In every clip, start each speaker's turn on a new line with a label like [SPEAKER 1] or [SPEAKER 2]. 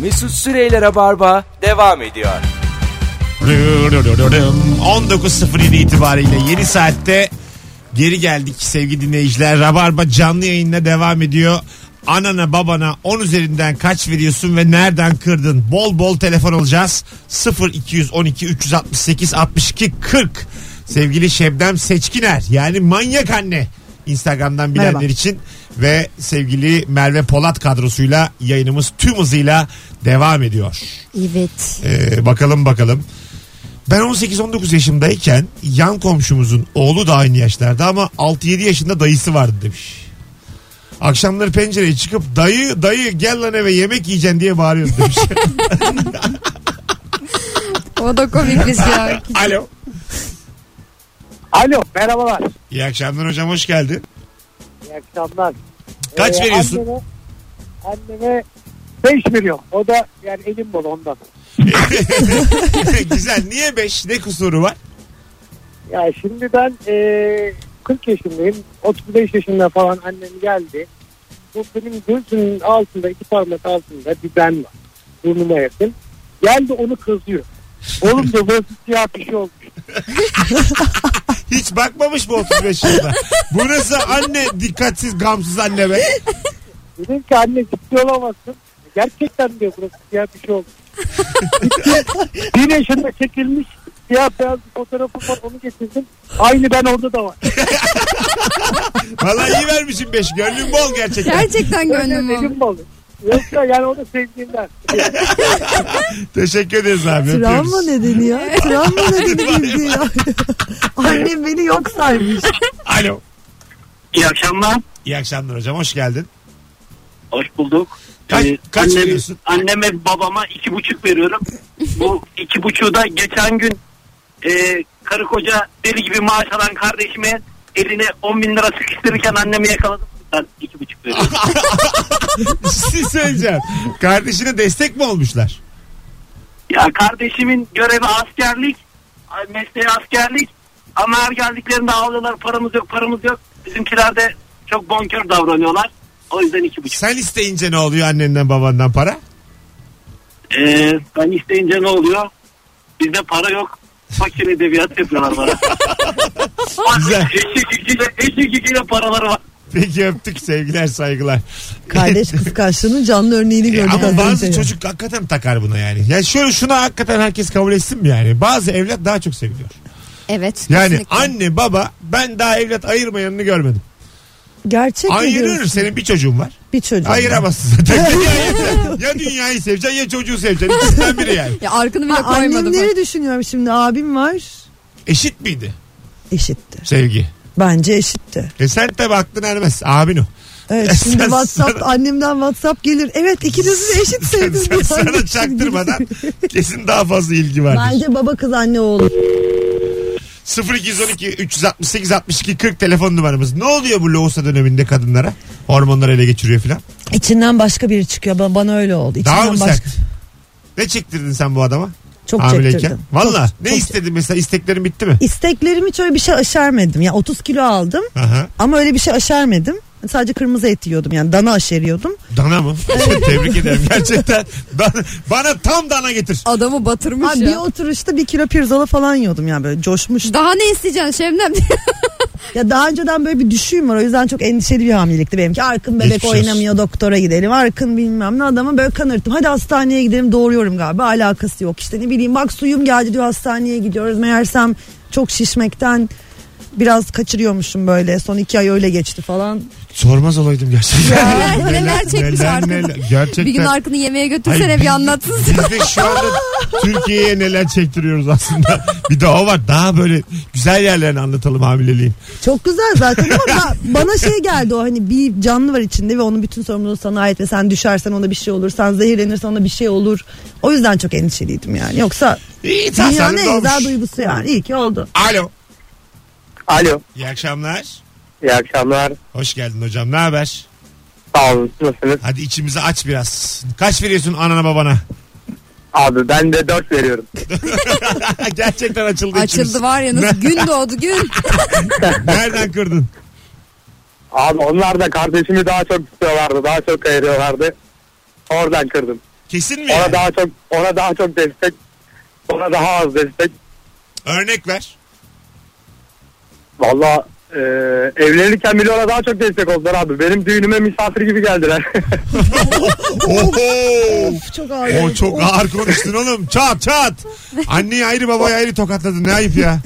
[SPEAKER 1] Mesut Süreyler'e barba devam ediyor.
[SPEAKER 2] 19.07 itibariyle yeni saatte geri geldik sevgili dinleyiciler. Rabarba canlı yayınla devam ediyor. Anana babana 10 üzerinden kaç veriyorsun ve nereden kırdın? Bol bol telefon alacağız. 0212 368 62 40 Sevgili Şebnem Seçkiner yani manyak anne Instagram'dan bilenler
[SPEAKER 3] Merhaba.
[SPEAKER 2] için ve sevgili Merve Polat kadrosuyla yayınımız tüm hızıyla devam ediyor.
[SPEAKER 3] Evet.
[SPEAKER 2] Ee, bakalım bakalım. Ben 18-19 yaşımdayken yan komşumuzun oğlu da aynı yaşlarda ama 6-7 yaşında dayısı vardı demiş. Akşamları pencereye çıkıp dayı dayı gel lan eve yemek yiyeceksin diye bağırıyordu demiş.
[SPEAKER 3] O da şey. komikmiş ya.
[SPEAKER 2] Alo.
[SPEAKER 4] Alo merhabalar.
[SPEAKER 2] İyi akşamlar hocam hoş geldin.
[SPEAKER 4] İyi akşamlar. Ee,
[SPEAKER 2] Kaç veriyorsun?
[SPEAKER 4] Anneme, anneme 5 milyon. O da yani elim bol ondan.
[SPEAKER 2] Güzel niye 5 ne kusuru var?
[SPEAKER 4] Ya şimdi ben e, 40 yaşındayım. 35 yaşında falan annem geldi. Bu benim gözümün altında iki parmak altında bir ben var. Burnuma yakın. Geldi onu kızıyor. Oğlum da böyle siyah bir şey olmuş.
[SPEAKER 2] Hiç bakmamış mı 35 yılda? Bu nasıl anne dikkatsiz gamsız anne be?
[SPEAKER 4] Dedim ki anne ciddi olamazsın. Gerçekten diyor burası siyah bir şey olmuş. bir yaşında çekilmiş siyah beyaz bir fotoğrafım var onu getirdim. Aynı ben orada da var.
[SPEAKER 2] Vallahi iyi vermişim 5 gönlüm bol gerçekten.
[SPEAKER 3] Gerçekten gönlüm
[SPEAKER 4] Öyle
[SPEAKER 3] oldu.
[SPEAKER 4] elim balı. Yoksa yani o da sevdiğimden.
[SPEAKER 2] Teşekkür ederiz abi. öpüyoruz.
[SPEAKER 5] Travma nedeni ya. Travma nedeni bildi ya. Annem beni yok saymış.
[SPEAKER 2] Alo.
[SPEAKER 6] İyi akşamlar.
[SPEAKER 2] İyi akşamlar hocam hoş geldin.
[SPEAKER 6] Hoş bulduk.
[SPEAKER 2] Kaç- kaç
[SPEAKER 6] annem-
[SPEAKER 2] veriyorsun?
[SPEAKER 6] Anneme babama iki buçuk veriyorum. Bu iki buçuğu da geçen gün e, karı koca deli gibi maaş alan kardeşime eline on bin lira sıkıştırırken annemi yakaladım. Ben iki buçuk veriyorum.
[SPEAKER 2] Siz şey söyleyeceğim. Kardeşine destek mi olmuşlar?
[SPEAKER 6] ya kardeşimin görevi askerlik. ay, Mesleği askerlik. Ama her geldiklerinde ağlıyorlar paramız yok paramız yok. Bizimkiler de çok bonkör davranıyorlar. O yüzden iki buçuk.
[SPEAKER 2] Sen isteyince ne oluyor annenden babandan para?
[SPEAKER 6] Ee, ben isteyince ne oluyor? Bizde para yok. Fakir edebiyat yapıyorlar bana.
[SPEAKER 2] Güzel.
[SPEAKER 6] eşek gücüyle, eşek gücüyle paraları var.
[SPEAKER 2] Peki öptük sevgiler saygılar.
[SPEAKER 5] Kardeş kıskançlığının canlı örneğini
[SPEAKER 2] E,
[SPEAKER 5] gördük. az
[SPEAKER 2] Ama bazı
[SPEAKER 5] önce.
[SPEAKER 2] çocuk hakikaten takar buna yani. Ya şöyle şuna hakikaten herkes kabul etsin mi yani? Bazı evlat daha çok seviliyor.
[SPEAKER 3] Evet.
[SPEAKER 2] Yani
[SPEAKER 3] kesinlikle.
[SPEAKER 2] anne baba ben daha evlat ayırmayanını görmedim.
[SPEAKER 5] Gerçek mi
[SPEAKER 2] Ayırır
[SPEAKER 5] diyorsun?
[SPEAKER 2] senin bir çocuğun var.
[SPEAKER 5] Bir çocuk.
[SPEAKER 2] Ayıramazsın zaten. ya dünyayı seveceksin ya çocuğu seveceksin. İkisinden biri yani.
[SPEAKER 3] Ya arkını bile
[SPEAKER 5] Ha,
[SPEAKER 3] koymadım.
[SPEAKER 5] Annemleri düşünüyorum şimdi. Abim var.
[SPEAKER 2] Eşit miydi
[SPEAKER 5] Eşitti.
[SPEAKER 2] sevgi?
[SPEAKER 5] Bence eşitti.
[SPEAKER 2] E sen tabi aklın ermez. Abin o.
[SPEAKER 5] Evet şimdi
[SPEAKER 2] Sen-
[SPEAKER 5] WhatsApp annemden WhatsApp gelir. Evet ikinizi de eşit sevdim.
[SPEAKER 2] Sen
[SPEAKER 5] diye
[SPEAKER 2] sana
[SPEAKER 5] annem
[SPEAKER 2] çaktırmadan
[SPEAKER 5] şimdi-
[SPEAKER 2] kesin daha fazla ilgi vardır.
[SPEAKER 5] Bence baba kız anne oğlu.
[SPEAKER 2] 0212 368 62 40 telefon numaramız. Ne oluyor bu loğusa döneminde kadınlara? Hormonlar ele geçiriyor filan.
[SPEAKER 5] İçinden başka biri çıkıyor. Ba- Bana öyle oldu. İçinden
[SPEAKER 2] Daha mı
[SPEAKER 5] başka...
[SPEAKER 2] sert? Ne çektirdin sen bu adama?
[SPEAKER 5] Çok
[SPEAKER 2] Hamileyken.
[SPEAKER 5] çektirdim.
[SPEAKER 2] Valla
[SPEAKER 5] Çok-
[SPEAKER 2] ne
[SPEAKER 5] çok-
[SPEAKER 2] istedin mesela isteklerin bitti mi?
[SPEAKER 5] İsteklerimi hiç öyle bir şey aşermedim. Ya 30 kilo aldım
[SPEAKER 2] Aha.
[SPEAKER 5] ama öyle bir şey aşermedim. Sadece kırmızı et yiyordum yani dana aşeriyordum.
[SPEAKER 2] Dana mı? Tebrik ederim gerçekten. Bana, bana tam dana getir.
[SPEAKER 3] Adamı batırmış
[SPEAKER 5] Abi bir
[SPEAKER 3] ya.
[SPEAKER 5] oturuşta bir kilo pirzola falan yiyordum yani böyle coşmuştum.
[SPEAKER 3] Daha ne isteyeceksin Şebnem?
[SPEAKER 5] Ya daha önceden böyle bir düşüğüm var o yüzden çok endişeli bir hamilelikti benimki. Arkın bebek
[SPEAKER 2] Geçmiş olsun.
[SPEAKER 5] oynamıyor doktora gidelim. Arkın bilmem ne adamı böyle kanırttım. Hadi hastaneye gidelim doğuruyorum galiba alakası yok. İşte ne bileyim bak suyum geldi diyor hastaneye gidiyoruz. Meğersem çok şişmekten biraz kaçırıyormuşum böyle. Son iki ay öyle geçti falan.
[SPEAKER 2] Sormaz olaydım gerçekten.
[SPEAKER 3] Ya, neler çekmiş arkada.
[SPEAKER 2] Gerçekten.
[SPEAKER 3] bir gün arkını yemeğe
[SPEAKER 2] Hayır,
[SPEAKER 3] götürsene bir
[SPEAKER 2] biz-
[SPEAKER 3] anlatsın.
[SPEAKER 2] Biz de şu anda Türkiye'ye neler çektiriyoruz aslında. Bir de o var. Daha böyle güzel yerlerini anlatalım hamileliğin.
[SPEAKER 5] Çok güzel zaten ama ba- bana şey geldi o hani bir canlı var içinde ve onun bütün sorumluluğu sana ait ve sen düşersen ona bir şey olur. Sen zehirlenirsen ona bir şey olur. O yüzden çok endişeliydim yani. Yoksa
[SPEAKER 2] İyi
[SPEAKER 5] dünyanın
[SPEAKER 2] tasarruf
[SPEAKER 5] en
[SPEAKER 2] olmuş.
[SPEAKER 5] güzel duygusu yani. İyi ki oldu.
[SPEAKER 2] Alo.
[SPEAKER 4] Alo
[SPEAKER 2] İyi akşamlar.
[SPEAKER 4] iyi akşamlar.
[SPEAKER 2] Hoş geldin hocam. Ne haber?
[SPEAKER 4] Sağ olun nasılsınız?
[SPEAKER 2] Hadi içimizi aç biraz. Kaç veriyorsun anana babana?
[SPEAKER 4] Abi ben de 4 veriyorum.
[SPEAKER 2] Gerçekten açıldı içimiz.
[SPEAKER 3] Açıldı var ya nasıl gün doğdu gün.
[SPEAKER 2] Nereden kırdın?
[SPEAKER 4] Abi onlar da kardeşimi daha çok istiyorlardı daha çok ayırıyorlardı. Oradan kırdım.
[SPEAKER 2] Kesin mi?
[SPEAKER 4] Ona
[SPEAKER 2] yani?
[SPEAKER 4] daha çok ona daha çok destek. Ona daha az destek.
[SPEAKER 2] Örnek ver.
[SPEAKER 4] Valla e, evlenirken bile ona daha çok destek oldular abi. Benim düğünüme misafir gibi geldiler.
[SPEAKER 2] Oho!
[SPEAKER 5] Of çok ağır.
[SPEAKER 2] O çok
[SPEAKER 5] Of.
[SPEAKER 2] ağır konuştun oğlum. Çat çat. Anneyi ayrı babayı ayrı tokatladın. Ne ayıp ya.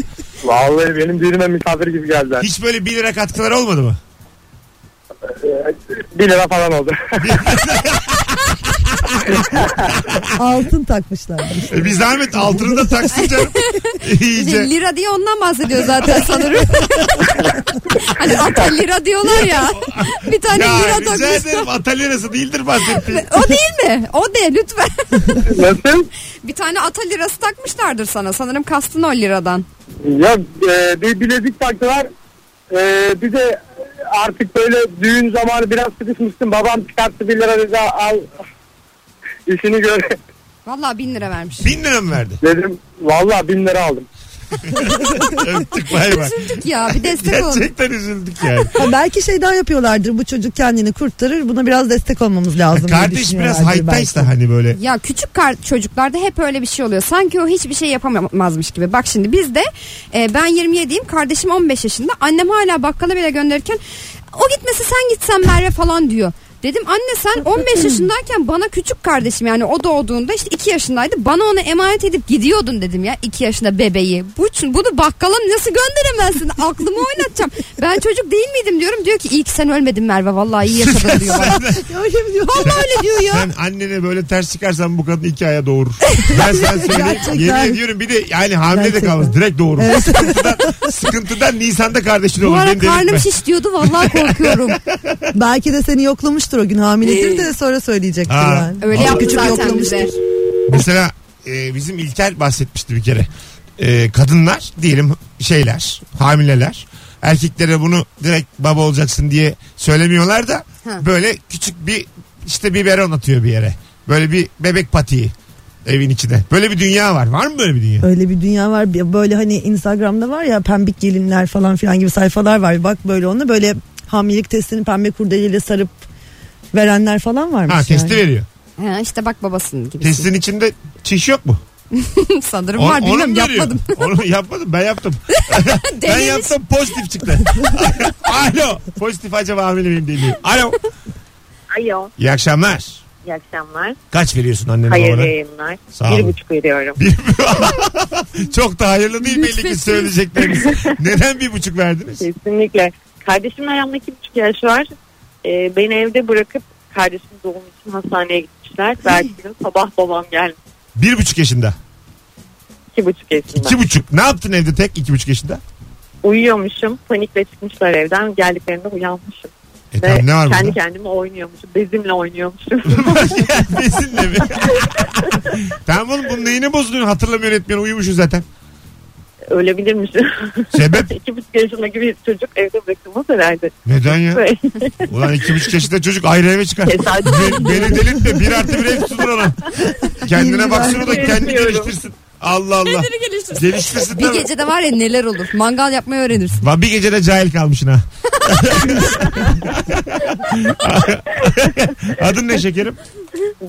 [SPEAKER 4] Vallahi benim düğünüme misafir gibi geldiler.
[SPEAKER 2] Hiç böyle 1 lira katkılar olmadı mı?
[SPEAKER 4] Bir lira falan oldu.
[SPEAKER 5] Altın takmışlar.
[SPEAKER 2] E bir zahmet altını da taksın canım. İyice.
[SPEAKER 3] Lira diye ondan bahsediyor zaten sanırım. hani ata lira diyorlar ya. Bir tane
[SPEAKER 2] Ya
[SPEAKER 3] lira
[SPEAKER 2] rica
[SPEAKER 3] takmışlar.
[SPEAKER 2] ederim Atalirası değildir bahsettiğin.
[SPEAKER 3] O değil mi? O de lütfen.
[SPEAKER 4] Nasıl?
[SPEAKER 3] bir tane ata lirası takmışlardır sana. Sanırım kastın o liradan.
[SPEAKER 4] Ya e, bir bilezik taktılar. E, bir de artık böyle düğün zamanı biraz sıkışmıştım. Babam çıkarttı bir lira dedi al. İşini gör
[SPEAKER 3] Vallahi bin lira vermiş.
[SPEAKER 2] Bin lira mı verdi?
[SPEAKER 4] dedim. Valla bin lira aldım.
[SPEAKER 2] Öptük bay bay.
[SPEAKER 3] Üzüldük ya bir destek olun.
[SPEAKER 2] Gerçekten üzüldük yani.
[SPEAKER 5] Ha, belki şey daha yapıyorlardır. Bu çocuk kendini kurtarır. Buna biraz destek olmamız lazım. diye
[SPEAKER 2] Kardeş
[SPEAKER 3] şey
[SPEAKER 2] biraz
[SPEAKER 5] düşünüyorlardır belki.
[SPEAKER 2] haytaş da hani böyle.
[SPEAKER 3] Ya küçük kar- çocuklarda hep öyle bir şey oluyor. Sanki o hiçbir şey yapamazmış gibi. Bak şimdi bizde e, ben 27'yim kardeşim 15 yaşında. Annem hala bakkala bile gönderirken o gitmesi sen gitsen Merve falan diyor. Dedim anne sen 15 yaşındayken bana küçük kardeşim yani o doğduğunda işte 2 yaşındaydı. Bana onu emanet edip gidiyordun dedim ya 2 yaşında bebeği. Bu, bunu bakkala nasıl gönderemezsin aklımı oynatacağım. Ben çocuk değil miydim diyorum. Diyor ki iyi ki sen ölmedin Merve vallahi iyi yaşadın diyor bana.
[SPEAKER 5] Öyle mi diyor?
[SPEAKER 3] Vallahi öyle diyor ya.
[SPEAKER 2] Sen annene böyle ters çıkarsan bu kadın iki aya doğurur. Ben sana söyleyeyim.
[SPEAKER 5] Gerçekten.
[SPEAKER 2] Yemin ediyorum bir de yani hamile de
[SPEAKER 5] Gerçekten.
[SPEAKER 2] kalmaz. Direkt doğurur. Sıkıntıdan, sıkıntıdan Nisan'da kardeşin olur.
[SPEAKER 3] Bu ara
[SPEAKER 2] Beni delirtme.
[SPEAKER 3] karnım şiş diyordu vallahi korkuyorum.
[SPEAKER 5] Belki de seni yoklamıştır o gün hamiledir de sonra söyleyecektir
[SPEAKER 2] Ha.
[SPEAKER 5] yani.
[SPEAKER 3] Ee, Öyle
[SPEAKER 2] Vallahi
[SPEAKER 3] yaptı
[SPEAKER 5] Küçük
[SPEAKER 3] zaten
[SPEAKER 5] yoklamıştır.
[SPEAKER 3] bize.
[SPEAKER 2] Mesela e, bizim İlker bahsetmişti bir kere. E, kadınlar diyelim şeyler, hamileler. Erkeklere bunu direkt baba olacaksın diye söylemiyorlar da böyle küçük bir işte biberon atıyor bir yere. Böyle bir bebek patiği evin içine. Böyle bir dünya var. Var mı böyle bir dünya?
[SPEAKER 5] Öyle bir dünya var. Bir- Böyle hani Instagram'da var ya pembik gelinler falan filan gibi sayfalar var. Bak böyle onunla böyle hamilelik testini pembe kurdeleyle sarıp verenler falan varmış.
[SPEAKER 2] Ha testi
[SPEAKER 5] şey yani.
[SPEAKER 2] veriyor.
[SPEAKER 3] Ha, işte bak babasının gibi.
[SPEAKER 2] Testin içinde çiş yok mu?
[SPEAKER 3] Sanırım
[SPEAKER 2] O-
[SPEAKER 3] var
[SPEAKER 2] onu
[SPEAKER 3] bilmiyorum
[SPEAKER 2] mu veriyor?
[SPEAKER 3] yapmadım.
[SPEAKER 2] Onu yapmadım ben yaptım. ben
[SPEAKER 3] Denemiş.
[SPEAKER 2] yaptım pozitif çıktı. Alo. Pozitif acaba hamile miyim değil miyim? Alo.
[SPEAKER 7] Alo,
[SPEAKER 2] İyi akşamlar.
[SPEAKER 7] iyi akşamlar.
[SPEAKER 2] Kaç veriyorsun annene
[SPEAKER 7] Hayırlı
[SPEAKER 2] babana?
[SPEAKER 7] yayınlar.
[SPEAKER 2] Sağ
[SPEAKER 7] bir
[SPEAKER 2] olun.
[SPEAKER 7] buçuk veriyorum.
[SPEAKER 2] Çok da hayırlı değil belli ki
[SPEAKER 3] Lütfetsiz.
[SPEAKER 2] söyleyecekleriniz. Neden bir buçuk verdiniz?
[SPEAKER 7] Kesinlikle. Kardeşimle aramda iki buçuk yaş var. Ee, beni evde bırakıp kardeşim doğum için hastaneye gitmişler. Belki de sabah babam gelmiş.
[SPEAKER 2] Bir buçuk yaşında.
[SPEAKER 7] İki buçuk yaşında.
[SPEAKER 2] İki buçuk. Ne yaptın evde tek iki buçuk yaşında?
[SPEAKER 7] Uyuyormuşum. Panikle çıkmışlar evden. Geldiklerinde uyanmışım.
[SPEAKER 2] E
[SPEAKER 7] Ve
[SPEAKER 2] tamam ne var
[SPEAKER 7] kendi
[SPEAKER 2] bunda?
[SPEAKER 7] kendime oynuyormuşum. Bezimle oynuyormuşum.
[SPEAKER 2] Besinle mi? tamam oğlum bunun neyini bozdun? Hatırlamıyor etmiyor uyumuşsun zaten.
[SPEAKER 7] Ölebilirmişim.
[SPEAKER 2] Sebep?
[SPEAKER 7] iki buçuk yaşındaki bir çocuk evde bırakılmaz herhalde.
[SPEAKER 2] Neden ya?
[SPEAKER 7] Ve
[SPEAKER 2] Ulan iki buçuk yaşında çocuk ayrı eve çıkar.
[SPEAKER 7] tesadüf.
[SPEAKER 2] Be- beni delirtme. Bir artı bir ev tutulur ona. Kendine
[SPEAKER 5] Bir
[SPEAKER 2] baksın o
[SPEAKER 7] artı
[SPEAKER 2] da
[SPEAKER 7] bir
[SPEAKER 2] kendi
[SPEAKER 7] bilmiyorum.
[SPEAKER 2] geliştirsin. Allah Allah. Geliştirsin
[SPEAKER 3] Bir
[SPEAKER 2] tabii.
[SPEAKER 3] gecede var ya neler olur. Mangal yapmayı öğrenirsin.
[SPEAKER 2] Lan bir gecede cahil kalmışsın ha. Adın ne şekerim?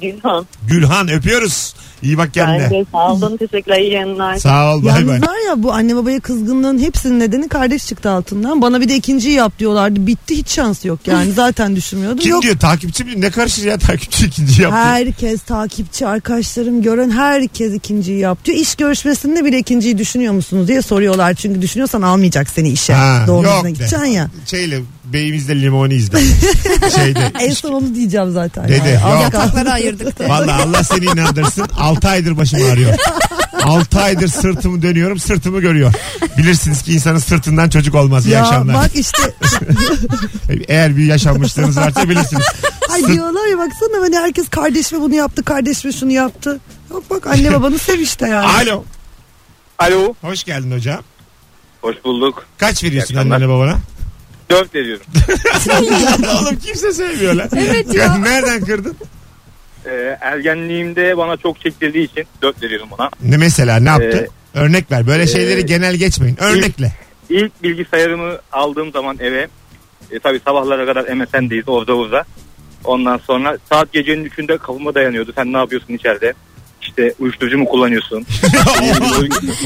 [SPEAKER 7] Gülhan.
[SPEAKER 2] Gülhan öpüyoruz. İyi bak
[SPEAKER 7] Ben
[SPEAKER 2] kendine.
[SPEAKER 7] de sağ olun. Teşekkürler. iyi yayınlar.
[SPEAKER 2] Sağ ol bay
[SPEAKER 5] Yalnız
[SPEAKER 2] bay.
[SPEAKER 5] var ya bu anne babaya kızgınlığın hepsinin nedeni kardeş çıktı altından. Bana bir de ikinciyi yap diyorlardı. Bitti hiç şansı yok yani. Zaten düşünmüyordum.
[SPEAKER 2] Kim
[SPEAKER 5] yok
[SPEAKER 2] diyor takipçi mi? Ne karışır ya takipçi ikinci yaptı.
[SPEAKER 5] Herkes takipçi arkadaşlarım gören herkes ikinciyi yap diyor. İş görüşmesinde bile ikinciyi düşünüyor musunuz diye soruyorlar. Çünkü düşünüyorsan almayacak seni işe.
[SPEAKER 2] Ha, yok
[SPEAKER 5] Doğumuna
[SPEAKER 2] be.
[SPEAKER 5] gideceksin ya.
[SPEAKER 2] Şeyle beyimizde limoni izle. Şeyde.
[SPEAKER 5] En son onu diyeceğim zaten.
[SPEAKER 2] Dede,
[SPEAKER 5] Yani.
[SPEAKER 2] yok.
[SPEAKER 3] Yatakları ayırdık de.
[SPEAKER 2] Vallahi Allah seni inandırsın. 6 aydır başım ağrıyor. 6 aydır sırtımı dönüyorum sırtımı görüyor. Bilirsiniz ki insanın sırtından çocuk olmaz. İyi
[SPEAKER 5] Ya
[SPEAKER 2] akşamlar.
[SPEAKER 5] bak işte
[SPEAKER 2] Eğer bir yaşanmışlığınız varsa bilirsiniz.
[SPEAKER 5] ay diyorlar ya baksana hani herkes kardeşime bunu yaptı kardeşime şunu yaptı. Yok bak anne babanı sev işte yani.
[SPEAKER 2] Alo.
[SPEAKER 8] Alo.
[SPEAKER 2] Hoş geldin hocam.
[SPEAKER 8] Hoş bulduk.
[SPEAKER 2] Kaç veriyorsun
[SPEAKER 8] İyi akşamlar.
[SPEAKER 2] annene babana?
[SPEAKER 8] Dört veriyorum.
[SPEAKER 2] Oğlum kimse sevmiyor lan.
[SPEAKER 3] Evet ya.
[SPEAKER 2] Nereden kırdın?
[SPEAKER 8] Ee, ergenliğimde bana çok çektirdiği için dört veriyorum ona.
[SPEAKER 2] Ne mesela ne yaptı?
[SPEAKER 8] Ee,
[SPEAKER 2] Örnek ver. Böyle şeyleri
[SPEAKER 8] e,
[SPEAKER 2] genel geçmeyin. Örnekle.
[SPEAKER 8] İlk bilgisayarımı aldığım zaman eve e, tabii sabahlara kadar MSN'deyiz orada orada. Ondan sonra saat gecenin üçünde kapıma dayanıyordu. Sen ne yapıyorsun içeride? İşte uyuşturucu mu kullanıyorsun?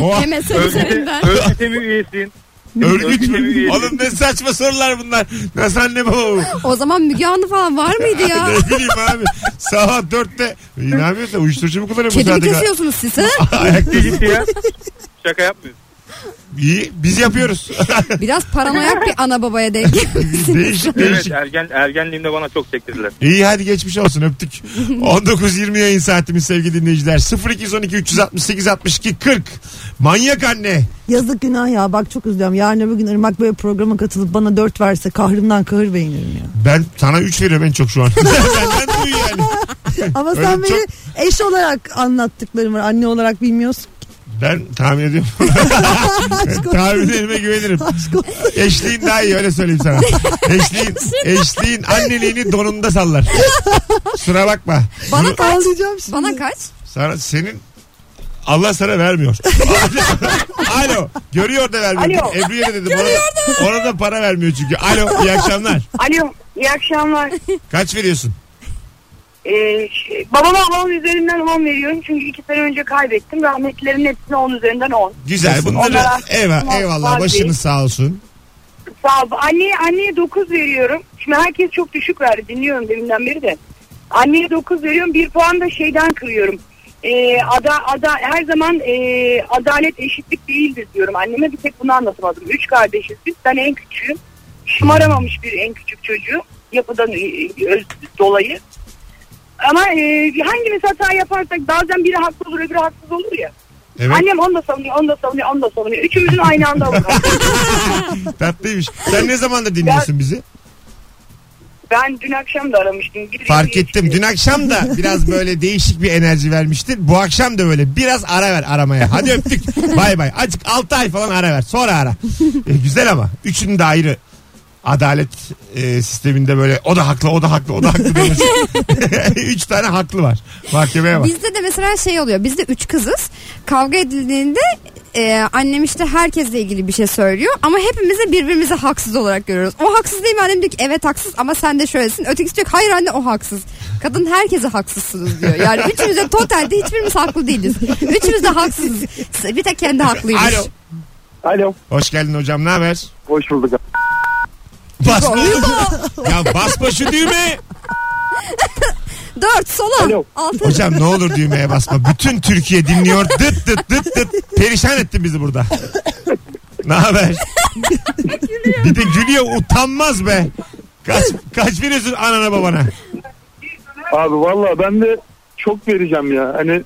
[SPEAKER 2] Oha,
[SPEAKER 3] Demesi
[SPEAKER 8] Örgüte,
[SPEAKER 3] üzerinden.
[SPEAKER 8] örgüte mi üyesin?
[SPEAKER 2] örgüt mü?
[SPEAKER 8] Örgüt.
[SPEAKER 2] Oğlum ne saçma sorular bunlar. Nasıl anne baba bu?
[SPEAKER 3] O zaman Müge Anlı falan var mıydı ya?
[SPEAKER 2] Ne bileyim abi. Sabah dörtte. e, Ne yapıyorsun? Uyuşturucu mu kullanıyor bu
[SPEAKER 3] Kedi mi
[SPEAKER 2] saatte kadar?
[SPEAKER 3] kesiyorsunuz siz ha?
[SPEAKER 2] Ayakta
[SPEAKER 8] Ciddi ciddi ya. Şaka yapmıyorsun.
[SPEAKER 2] İyi. Biz yapıyoruz.
[SPEAKER 3] Biraz paranoyak bir ana babaya denk.
[SPEAKER 2] değişik
[SPEAKER 8] Evet
[SPEAKER 2] değişik.
[SPEAKER 8] ergen, ergenliğimde bana çok çektirdiler.
[SPEAKER 2] İyi hadi geçmiş olsun öptük. 19.20 yayın saatimiz sevgili dinleyiciler. 0212 368 62 40. Manyak anne.
[SPEAKER 5] Yazık günah ya bak çok üzülüyorum. Yarın öbür gün Irmak böyle programa katılıp bana dört verse kahrımdan kahır beğenirim ya.
[SPEAKER 2] Ben sana 3 veriyorum en çok şu an. Benden duy yani.
[SPEAKER 5] Ama
[SPEAKER 2] Öyle
[SPEAKER 5] sen beni
[SPEAKER 2] çok-
[SPEAKER 5] eş olarak anlattıklarım var. Anne olarak bilmiyorsun.
[SPEAKER 2] Ben tahmin ediyorum.
[SPEAKER 5] Aşk olsun.
[SPEAKER 2] Tahminlerime güvenirim.
[SPEAKER 5] Aşk olsun.
[SPEAKER 2] Eşliğin daha iyi öyle söyleyeyim sana. Eşliğin, eşliğin anneliğini donunda sallar. Kusura bakma.
[SPEAKER 3] Bana kaç.
[SPEAKER 5] Ağlayacağım şimdi.
[SPEAKER 3] Bana kaç.
[SPEAKER 2] Sana, senin Allah sana vermiyor. Alo. Görüyor da vermiyor.
[SPEAKER 9] Alo.
[SPEAKER 2] Ebru'ya da dedim. Ona, ona da para vermiyor çünkü. Alo iyi akşamlar.
[SPEAKER 9] Alo iyi akşamlar.
[SPEAKER 2] Kaç veriyorsun?
[SPEAKER 9] Ee, şey, babama 10 üzerinden 10 veriyorum. Çünkü iki sene önce kaybettim. Rahmetlilerin hepsine 10 üzerinden 10.
[SPEAKER 2] Güzel. Bunları
[SPEAKER 9] Onlara-
[SPEAKER 2] eyvah,
[SPEAKER 9] Tamam,
[SPEAKER 2] eyvallah.
[SPEAKER 9] var
[SPEAKER 2] Başınız
[SPEAKER 9] değil.
[SPEAKER 2] sağ olsun.
[SPEAKER 9] Sağ ol. Anneye, anneye 9 veriyorum. Şimdi herkes çok düşük verdi. Dinliyorum deminden beri de. Anneye 9 veriyorum. Bir puan da şeyden kırıyorum. Ee, ada, ada, her zaman e, adalet eşitlik değildir diyorum. Anneme bir tek bunu anlatamadım. Üç kardeşiz biz. Ben en küçüğüm. Şımaramamış bir en küçük çocuğu. Yapıdan e, öz, dolayı. Ama e, hangimiz hata yaparsak bazen biri haklı olur öbürü haksız olur ya.
[SPEAKER 2] Evet.
[SPEAKER 9] Annem onu da savunuyor, onu da savunuyor, onu da savunuyor. Üçümüzün aynı anda avukat.
[SPEAKER 2] Tatlıymış. Sen ne zamandır dinliyorsun bizi?
[SPEAKER 9] Ben dün akşam da aramıştım. Bir
[SPEAKER 2] Fark
[SPEAKER 9] bir-
[SPEAKER 2] ettim. Dün akşam da biraz böyle değişik bir enerji vermiştin. Bu akşam da böyle biraz ara ver aramaya. Hadi öptük. bay bay. Azıcık 6 ay falan ara ver. Sonra ara. E, güzel ama. Üçünün de ayrı adalet e, sisteminde böyle o da haklı o da haklı o da haklı demesi. Üç tane haklı var. Mahkemeye bak.
[SPEAKER 3] Bizde de mesela şey oluyor. Bizde üç kızız. Kavga edildiğinde e, annem işte herkesle ilgili bir şey söylüyor. Ama hepimizi birbirimizi haksız olarak görüyoruz. O haksız değil mi? Annem diyor ki evet haksız ama sen de şöylesin. Ötekisi diyor ki hayır anne o haksız. Kadın herkese haksızsınız diyor. Yani üçümüz de totalde hiçbirimiz haklı değiliz. Üçümüz de haksızız. Bir tek kendi haklıymış.
[SPEAKER 2] Alo.
[SPEAKER 4] Alo.
[SPEAKER 2] Hoş geldin hocam ne haber?
[SPEAKER 4] Hoş bulduk.
[SPEAKER 2] Basma. ya basma şu düğmeye.
[SPEAKER 3] Dört sola.
[SPEAKER 4] Alo.
[SPEAKER 3] Altı.
[SPEAKER 2] Hocam ne olur düğmeye basma. Bütün Türkiye dinliyor. Dıt dıt dıt dıt. Perişan ettin bizi burada. ne haber? bir de gülüyor utanmaz be. Kaç, kaç veriyorsun anana babana?
[SPEAKER 4] Abi valla ben de çok vereceğim ya. Hani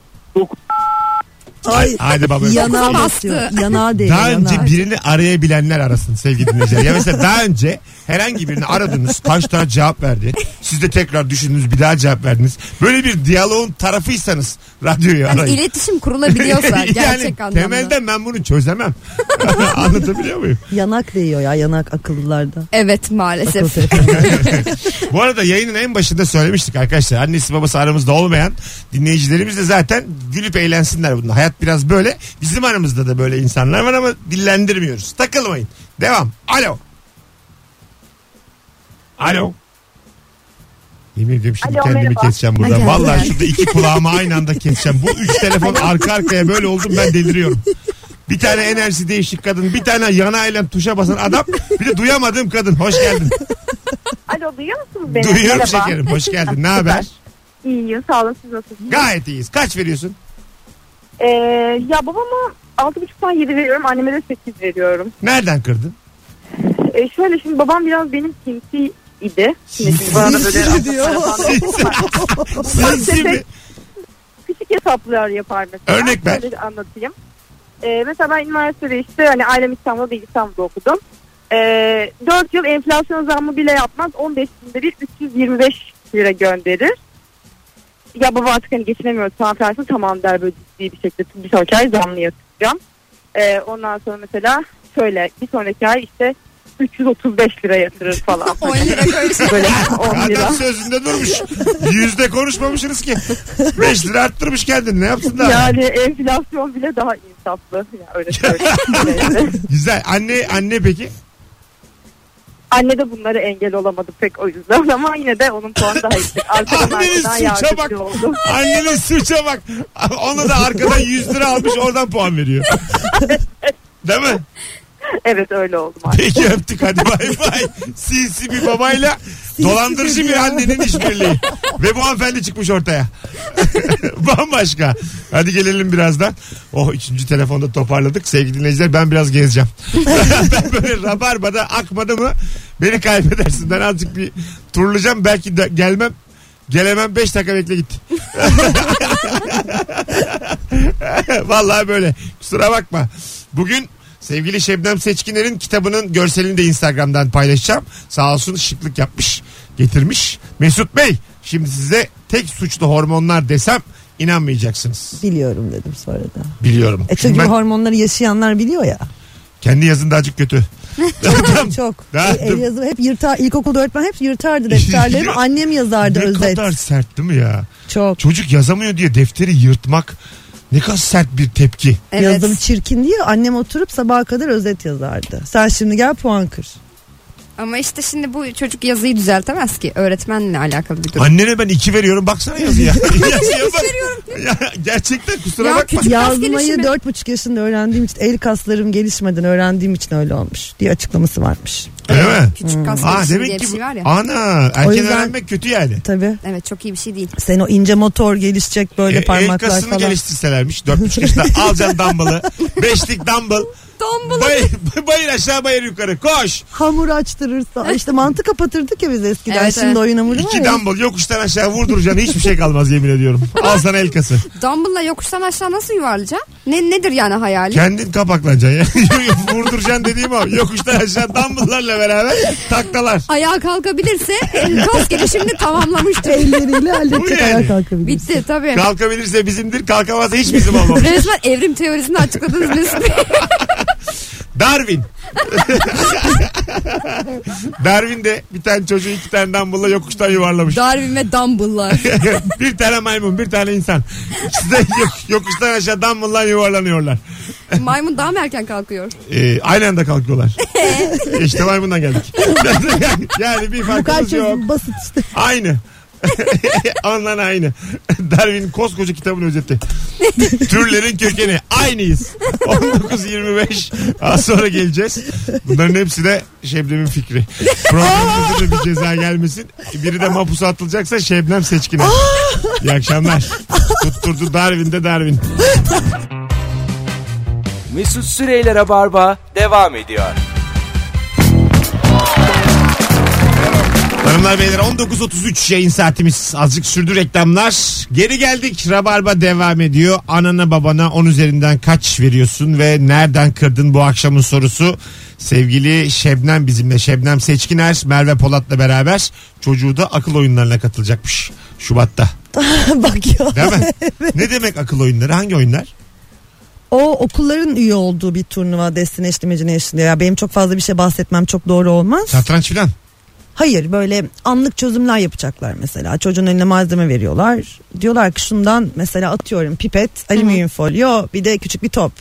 [SPEAKER 5] Ay.
[SPEAKER 2] Hadi baba.
[SPEAKER 5] Yanağa
[SPEAKER 3] Bastı.
[SPEAKER 5] basıyor. Yanağa değil.
[SPEAKER 2] Daha önce
[SPEAKER 5] yanağa.
[SPEAKER 2] birini arayabilenler arasın sevgili dinleyiciler. Ya mesela daha önce herhangi birini aradınız. Kaç tane cevap verdi. Siz de tekrar düşündünüz bir daha cevap verdiniz. Böyle bir diyaloğun tarafıysanız radyoyu
[SPEAKER 3] Yani
[SPEAKER 2] arayın.
[SPEAKER 3] iletişim kurulabiliyorsa gerçek anlamda.
[SPEAKER 2] Temelden ben bunu çözemem. Anlatabiliyor muyum?
[SPEAKER 5] Yanak değiyor ya yanak akıllılarda.
[SPEAKER 3] Evet maalesef.
[SPEAKER 5] Akıl telefonunda.
[SPEAKER 2] Bu arada yayının en başında söylemiştik arkadaşlar. Annesi babası aramızda olmayan dinleyicilerimiz de zaten gülüp eğlensinler bunda. Hayat biraz böyle. Bizim aramızda da böyle insanlar var ama dillendirmiyoruz. Takılmayın. Devam. Alo. Alo. Yemin ediyorum şimdi
[SPEAKER 9] Alo,
[SPEAKER 2] kendimi
[SPEAKER 9] merhaba.
[SPEAKER 2] keseceğim burada.
[SPEAKER 3] Hadi,
[SPEAKER 2] Vallahi
[SPEAKER 3] hadi.
[SPEAKER 2] şurada iki kulağımı aynı anda keseceğim. Bu üç telefon arka arkaya böyle oldum ben deliriyorum. Bir tane enerjisi değişik kadın, bir tane yana eylem tuşa basan adam, bir de duyamadığım kadın. Hoş geldin.
[SPEAKER 7] Alo duyuyor musunuz beni?
[SPEAKER 2] Duyuyorum
[SPEAKER 7] Merhaba.
[SPEAKER 2] şekerim. Hoş geldin. Ne haber?
[SPEAKER 7] İyiyim sağ olun siz nasılsınız?
[SPEAKER 2] Gayet iyiyiz. Kaç veriyorsun?
[SPEAKER 7] Ee, ya babama 6,5'tan 7 veriyorum anneme de 8 veriyorum.
[SPEAKER 2] Nereden kırdın?
[SPEAKER 7] Ee, şöyle şimdi babam biraz benim sinsi idi. Şimdi siz bana da böyle
[SPEAKER 2] Sinsi mi?
[SPEAKER 7] küçük hesaplar yapar mesela.
[SPEAKER 2] Örnek ver.
[SPEAKER 7] Şöyle anlatayım. Ee, mesela ben üniversitede işte hani ailem İstanbul'da değil İstanbul'da okudum. Ee, 4 yıl enflasyon zammı bile yapmaz. 15 günde bir 325 lira gönderir. Ya baba artık hani geçinemiyoruz falan filan. Tamam der böyle ciddi bir şekilde bir sonraki ay zamlı yatıracağım. Ee, ondan sonra mesela şöyle bir sonraki ay işte 335 lira yatırır falan.
[SPEAKER 3] 10 lira koymuş.
[SPEAKER 7] Böyle 10 lira.
[SPEAKER 2] Adam sözünde durmuş. Yüzde konuşmamışsınız ki. 5 lira arttırmış kendini. Ne yapsın daha?
[SPEAKER 7] Yani enflasyon bile daha insaflı. Ya öyle söyleyeyim.
[SPEAKER 2] Güzel. Anne anne peki?
[SPEAKER 7] Anne de bunlara engel olamadı pek o yüzden ama yine de onun puanı daha yüksek. Arkadan
[SPEAKER 2] Annenin
[SPEAKER 7] arkadan
[SPEAKER 2] suça bak.
[SPEAKER 7] yardımcı oldu.
[SPEAKER 2] Annenin suça bak. Ona da arkadan 100 lira almış oradan puan veriyor. Değil mi?
[SPEAKER 7] Evet öyle oldu maalesef.
[SPEAKER 2] Peki öptük hadi bay bay. Sinsi bir babayla dolandırıcı
[SPEAKER 5] dedi
[SPEAKER 2] bir
[SPEAKER 5] ya.
[SPEAKER 2] annenin işbirliği. Ve bu hanımefendi çıkmış ortaya. Bambaşka. Hadi gelelim birazdan. Oh üçüncü telefonda toparladık. Sevgili dinleyiciler ben biraz gezeceğim. ben böyle rabarbada akmadı mı beni kaybedersin. Ben azıcık bir turlayacağım. Belki de gelmem. Gelemem 5 dakika bekle git. Vallahi böyle. Kusura bakma. Bugün sevgili Şebnem Seçkiner'in kitabının görselini de Instagram'dan paylaşacağım. Sağ olsun şıklık yapmış, getirmiş. Mesut Bey, şimdi size tek suçlu hormonlar desem inanmayacaksınız.
[SPEAKER 5] Biliyorum dedim sonra da.
[SPEAKER 2] Biliyorum.
[SPEAKER 5] E
[SPEAKER 2] Çünkü
[SPEAKER 5] çünkü
[SPEAKER 2] ben
[SPEAKER 5] hormonları yaşayanlar biliyor ya.
[SPEAKER 2] kendi yazında acık kötü. Adam
[SPEAKER 5] Çok.
[SPEAKER 2] Ha,
[SPEAKER 5] E, El
[SPEAKER 2] dur.
[SPEAKER 5] yazımı hep yırtar. İlkokulda öğretmen hep yırtardı defterlerimi. Annem yazardı
[SPEAKER 2] ne
[SPEAKER 5] özet.
[SPEAKER 2] kadar sert değil mi ya?
[SPEAKER 5] Çok.
[SPEAKER 2] Çocuk yazamıyor diye defteri yırtmak ne kadar sert bir tepki.
[SPEAKER 3] Evet.
[SPEAKER 5] Yazım çirkin diye annem oturup sabaha kadar özet yazardı. Sen şimdi gel puan kır.
[SPEAKER 3] Ama işte şimdi bu çocuk yazıyı düzeltemez ki. Öğretmenle alakalı bir durum.
[SPEAKER 2] Annene ben iki veriyorum baksana yazıya. Yazıya bak.
[SPEAKER 3] veriyorum.
[SPEAKER 2] Ya, gerçekten kusura
[SPEAKER 3] Ya
[SPEAKER 2] bakma.
[SPEAKER 3] küçük yaz
[SPEAKER 5] Yazmayı
[SPEAKER 3] gelişimi.
[SPEAKER 5] dört buçuk yaşında öğrendiğim için el kaslarım gelişmeden öğrendiğim için öyle olmuş diye açıklaması varmış.
[SPEAKER 2] Öyle mi?
[SPEAKER 3] Küçük kas
[SPEAKER 2] Hmm. Aa,
[SPEAKER 3] gelişimi diye
[SPEAKER 2] demek
[SPEAKER 3] bir
[SPEAKER 2] ki
[SPEAKER 3] şey
[SPEAKER 2] bu-
[SPEAKER 3] var ya.
[SPEAKER 2] ana erken
[SPEAKER 5] yüzden-
[SPEAKER 2] öğrenmek kötü yani.
[SPEAKER 5] Tabii.
[SPEAKER 3] Evet çok iyi bir şey değil.
[SPEAKER 5] Sen o ince motor gelişecek böyle
[SPEAKER 2] E, el
[SPEAKER 5] parmaklar
[SPEAKER 2] kasını
[SPEAKER 5] falan.
[SPEAKER 2] geliştirselermiş. Dört buçuk yaşında alacaksın dumbbell'ı. Beşlik dumbbell. Bayır, bayır aşağı bayır yukarı. Koş.
[SPEAKER 5] Hamur açtırırsa. işte mantı kapatırdık ya biz eskiden.
[SPEAKER 3] Evet,
[SPEAKER 5] şimdi
[SPEAKER 3] evet.
[SPEAKER 5] oyun hamuru var
[SPEAKER 2] İki
[SPEAKER 5] ya.
[SPEAKER 2] dumbbell yokuştan aşağı vurduracaksın. Hiçbir şey kalmaz yemin ediyorum. Al sana el kası.
[SPEAKER 3] Dumbbell'la yokuştan aşağı nasıl yuvarlayacaksın? Ne, nedir yani hayali?
[SPEAKER 2] Kendin kapaklanacaksın ya. Vurduracaksın dediğim o. Yokuştan aşağı dumbbell'larla beraber taktalar.
[SPEAKER 3] Ayağa kalkabilirse el kas gelişimini tamamlamıştır.
[SPEAKER 5] Elleriyle halledecek
[SPEAKER 2] Bu yani.
[SPEAKER 5] ayağa kalkabilir.
[SPEAKER 3] Bitti tabii.
[SPEAKER 2] Kalkabilirse bizimdir. Kalkamazsa hiç bizim olmamış.
[SPEAKER 3] Resmen evrim teorisini açıkladınız Mesut Bey.
[SPEAKER 2] Darwin. Darwin de bir tane çocuğu iki tane dumbbell'la yokuştan yuvarlamış.
[SPEAKER 3] Darwin ve Dumble'lar.
[SPEAKER 2] bir tane maymun bir tane insan. İkisi de yok- yokuştan aşağı dumbbell'la yuvarlanıyorlar.
[SPEAKER 3] Maymun daha mı erken kalkıyor?
[SPEAKER 2] Ee, aynı anda kalkıyorlar. işte maymundan geldik. yani bir
[SPEAKER 5] Bu kadar
[SPEAKER 2] farkımız yok.
[SPEAKER 5] çözüm basit işte.
[SPEAKER 2] Aynı. Anlan aynı. Darwin'in koskoca kitabını özeti. Türlerin kökeni. Aynıyız. 19-25. Az sonra geleceğiz. Bunların hepsi de Şebnem'in fikri. Programımızda da bir ceza gelmesin. Biri de mapusa atılacaksa Şebnem seçkine. İyi akşamlar. Tutturdu Darwin de Darwin.
[SPEAKER 1] Mesut Süreyler'e barba devam ediyor.
[SPEAKER 2] Hanımlar beyler 19.33 yayın saatimiz azıcık sürdü reklamlar. Geri geldik Rabarba devam ediyor. Anana babana 10 üzerinden kaç veriyorsun ve nereden kırdın bu akşamın sorusu. Sevgili Şebnem bizimle Şebnem Seçkiner Merve Polat'la beraber çocuğu da akıl oyunlarına katılacakmış Şubat'ta.
[SPEAKER 5] Bak ya.
[SPEAKER 2] Değil mi? ne demek akıl oyunları hangi oyunlar?
[SPEAKER 5] O okulların üye olduğu bir turnuva Destination Imagination diye. Ya benim çok fazla bir şey bahsetmem çok doğru olmaz.
[SPEAKER 2] Satranç filan.
[SPEAKER 5] Hayır böyle anlık çözümler yapacaklar mesela. Çocuğun eline malzeme veriyorlar. Diyorlar ki şundan mesela atıyorum pipet, alüminyum folyo bir de küçük bir top.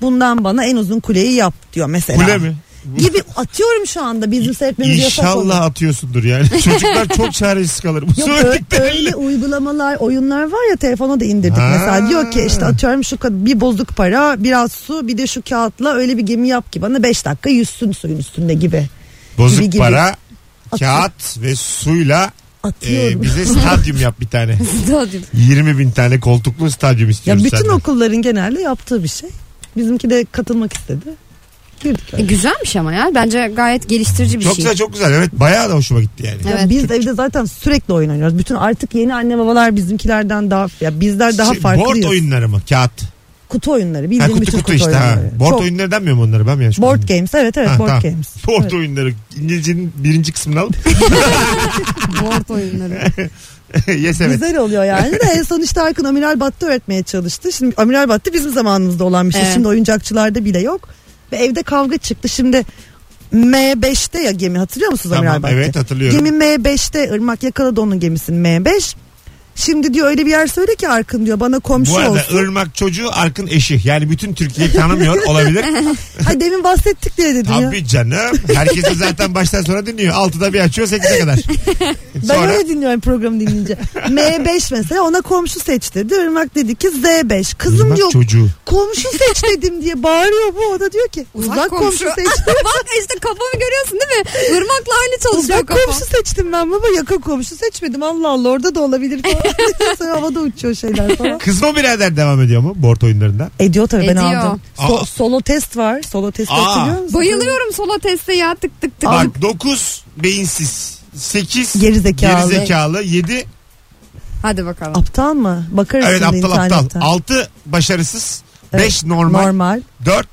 [SPEAKER 5] Bundan bana en uzun kuleyi yap diyor mesela.
[SPEAKER 2] Kule mi?
[SPEAKER 5] Gibi atıyorum şu anda bizim seyretmemiz yasak olan.
[SPEAKER 2] İnşallah atıyorsundur yani. Çocuklar çok çaresiz kalır. Bu
[SPEAKER 5] Yok ö-
[SPEAKER 2] söylediklerle.
[SPEAKER 5] öyle uygulamalar, oyunlar var ya telefona da indirdik
[SPEAKER 2] Ha.
[SPEAKER 5] mesela. Diyor ki işte atıyorum şu kad- bir bozuk para, biraz su, bir de şu kağıtla öyle bir gemi yap ki bana 5 dakika yüzsün suyun üstünde gibi.
[SPEAKER 2] Bozuk
[SPEAKER 5] Gibi gibi.
[SPEAKER 2] para,
[SPEAKER 5] Atıyor.
[SPEAKER 2] kağıt ve suyla
[SPEAKER 5] Atıyorum.
[SPEAKER 2] e, bize stadyum yap bir tane.
[SPEAKER 3] Stadyum.
[SPEAKER 2] 20 bin tane koltuklu stadyum
[SPEAKER 5] ya
[SPEAKER 2] istiyoruz
[SPEAKER 5] bütün
[SPEAKER 2] senden.
[SPEAKER 5] okulların genelde yaptığı bir şey. Bizimki de katılmak istedi. Girdik.
[SPEAKER 3] E,
[SPEAKER 5] öyle.
[SPEAKER 3] güzelmiş ama ya. Bence gayet geliştirici bir
[SPEAKER 2] Çok
[SPEAKER 3] şey.
[SPEAKER 2] güzel çok güzel evet bayağı da hoşuma gitti yani.
[SPEAKER 5] Ya
[SPEAKER 3] Evet.
[SPEAKER 5] biz evde zaten sürekli oyun oynuyoruz. Bütün artık yeni anne babalar bizimkilerden daha ya bizler daha
[SPEAKER 2] Şey, Board
[SPEAKER 5] farklıyız.
[SPEAKER 2] oyunları mı? Kağıt.
[SPEAKER 5] Kutu oyunları,
[SPEAKER 2] Ha,
[SPEAKER 5] bildiğin
[SPEAKER 2] kutu
[SPEAKER 5] bütün
[SPEAKER 2] kutu,
[SPEAKER 5] kutu,
[SPEAKER 2] işte ha.
[SPEAKER 5] oyunları.
[SPEAKER 2] Board
[SPEAKER 5] Çok-
[SPEAKER 2] oyunları denmiyor mu onlara ben mi yanlış
[SPEAKER 5] board
[SPEAKER 2] anladım?
[SPEAKER 5] games evet evet
[SPEAKER 2] Ha,
[SPEAKER 5] board
[SPEAKER 2] tamam.
[SPEAKER 5] games.
[SPEAKER 2] Board
[SPEAKER 5] Evet.
[SPEAKER 2] oyunları. İngilizcenin birinci kısmını alıp
[SPEAKER 3] Board oyunları.
[SPEAKER 2] yes evet.
[SPEAKER 5] Güzel oluyor yani de en son işte Aykın Amiral Battı öğretmeye çalıştı. Şimdi Amiral Battı bizim zamanımızda olan bir şey.
[SPEAKER 3] Evet.
[SPEAKER 5] Şimdi oyuncakçılarda bile yok. Ve evde kavga çıktı. Şimdi M5'te ya gemi hatırlıyor musunuz
[SPEAKER 2] Tamam,
[SPEAKER 5] Amiral Battı?
[SPEAKER 2] evet, hatırlıyorum.
[SPEAKER 5] Gemi M5'te Irmak yakaladı onun gemisini M5. Şimdi diyor öyle bir yer söyle ki Arkın diyor bana komşu
[SPEAKER 2] Bu arada
[SPEAKER 5] şey olsun.
[SPEAKER 2] Irmak çocuğu Arkın eşi. Yani bütün Türkiye'yi tanımıyor olabilir.
[SPEAKER 5] Ay demin bahsettik diye dedi ya.
[SPEAKER 2] Tabii canım. Herkes de zaten baştan sonra dinliyor. Altıda bir açıyor sekize kadar.
[SPEAKER 5] Ben
[SPEAKER 2] Sonra
[SPEAKER 5] öyle dinliyorum programı dinleyince. M5 mesela ona komşu seç dedi. Irmak dedi ki Z5. Kızım
[SPEAKER 2] Irmak
[SPEAKER 5] diyor
[SPEAKER 2] çocuğu.
[SPEAKER 5] komşu seç dedim diye bağırıyor bu. O da diyor ki uzak, komşu. seç.
[SPEAKER 3] Bak işte kafamı görüyorsun değil mi? Irmakla aynı çalışıyor
[SPEAKER 5] Uzak
[SPEAKER 3] kafam.
[SPEAKER 5] komşu seçtim ben baba yakın komşu seçmedim Allah Allah orada da olabilir falan. Sonra havada uçuyor şeyler falan.
[SPEAKER 2] Kızma birader devam ediyor mu board oyunlarında?
[SPEAKER 5] Ediyor tabii ben
[SPEAKER 3] Ediyor.
[SPEAKER 5] aldım. So-
[SPEAKER 2] Aa.
[SPEAKER 5] solo test var. Solo test
[SPEAKER 2] Aa.
[SPEAKER 5] hatırlıyor musun?
[SPEAKER 3] Bayılıyorum sola teste ya tık tık tık.
[SPEAKER 2] Bak 9 beyinsiz. 8
[SPEAKER 5] Gerizekalı.
[SPEAKER 2] gerizekalı. 7
[SPEAKER 3] Hadi bakalım.
[SPEAKER 5] Aptal mı? Bakarız
[SPEAKER 2] evet
[SPEAKER 5] şimdi
[SPEAKER 2] aptal aptal.
[SPEAKER 5] internetten.
[SPEAKER 2] 6 başarısız. 5
[SPEAKER 5] Evet,
[SPEAKER 2] normal.
[SPEAKER 5] Normal.
[SPEAKER 2] 4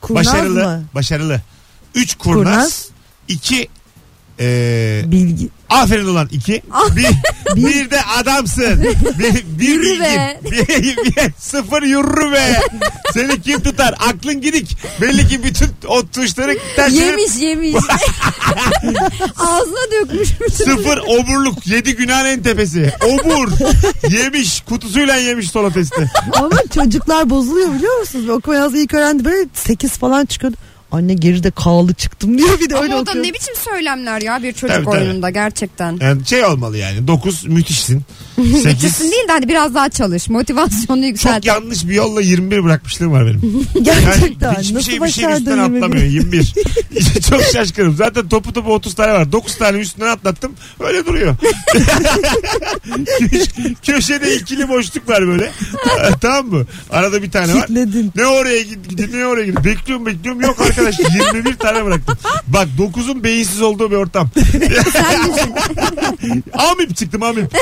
[SPEAKER 5] Kurnaz
[SPEAKER 2] başarılı.
[SPEAKER 5] mı?
[SPEAKER 2] Başarılı. 3 kurnaz.
[SPEAKER 5] Kurnaz.
[SPEAKER 2] 2 eee
[SPEAKER 5] Bilgi.
[SPEAKER 2] Aferin ulan iki.
[SPEAKER 5] Ah.
[SPEAKER 2] Bir, bir de adamsın. Bir, bir
[SPEAKER 3] Yürü be.
[SPEAKER 2] bilgin. Bir, bir- sıfır yürü be. Seni kim tutar? Aklın gidik. Belli ki bütün o tuşları ters çevirip
[SPEAKER 3] Yemiş yemiş. Ağzına dökmüş bütün.
[SPEAKER 2] Sıfır oburluk. Yedi günahın en tepesi. Obur. yemiş. Kutusuyla yemiş sola testi.
[SPEAKER 5] Ama çocuklar bozuluyor biliyor musunuz? Okuma yazmayı ilk öğrendi böyle 8 falan çıkıyordu. Anne geride kağlı çıktım diyor bir de öyle
[SPEAKER 3] Ama o da
[SPEAKER 5] okuyor.
[SPEAKER 3] ne biçim söylemler ya bir çocuk
[SPEAKER 2] Tabii, tabii.
[SPEAKER 3] oyununda gerçekten.
[SPEAKER 2] Yani şey olmalı yani. Dokuz müthişsin. Sekiz.
[SPEAKER 3] Müthişsin değil de hadi biraz daha çalış. Motivasyonunu yükselt.
[SPEAKER 2] Çok yanlış bir yolla 21 bırakmışlığım var benim.
[SPEAKER 5] Gerçekten.
[SPEAKER 2] Yani hiçbir
[SPEAKER 5] Nasıl
[SPEAKER 2] şey bir şeyin
[SPEAKER 5] başardın
[SPEAKER 2] üstünden
[SPEAKER 5] 21?
[SPEAKER 2] atlamıyor 21. Çok şaşkınım. Zaten topu topu 30 tane var. 9 tane üstünden atlattım. Öyle duruyor. Köş- Köşede ikili boşluk var böyle. tamam mı? Arada bir tane var.
[SPEAKER 5] Kitledin.
[SPEAKER 2] Ne oraya gitti ne oraya gitti. Bekliyorum bekliyorum. Yok arkadaş 21 tane bıraktım. Bak 9'un beyinsiz olduğu bir ortam. amip çıktım amip.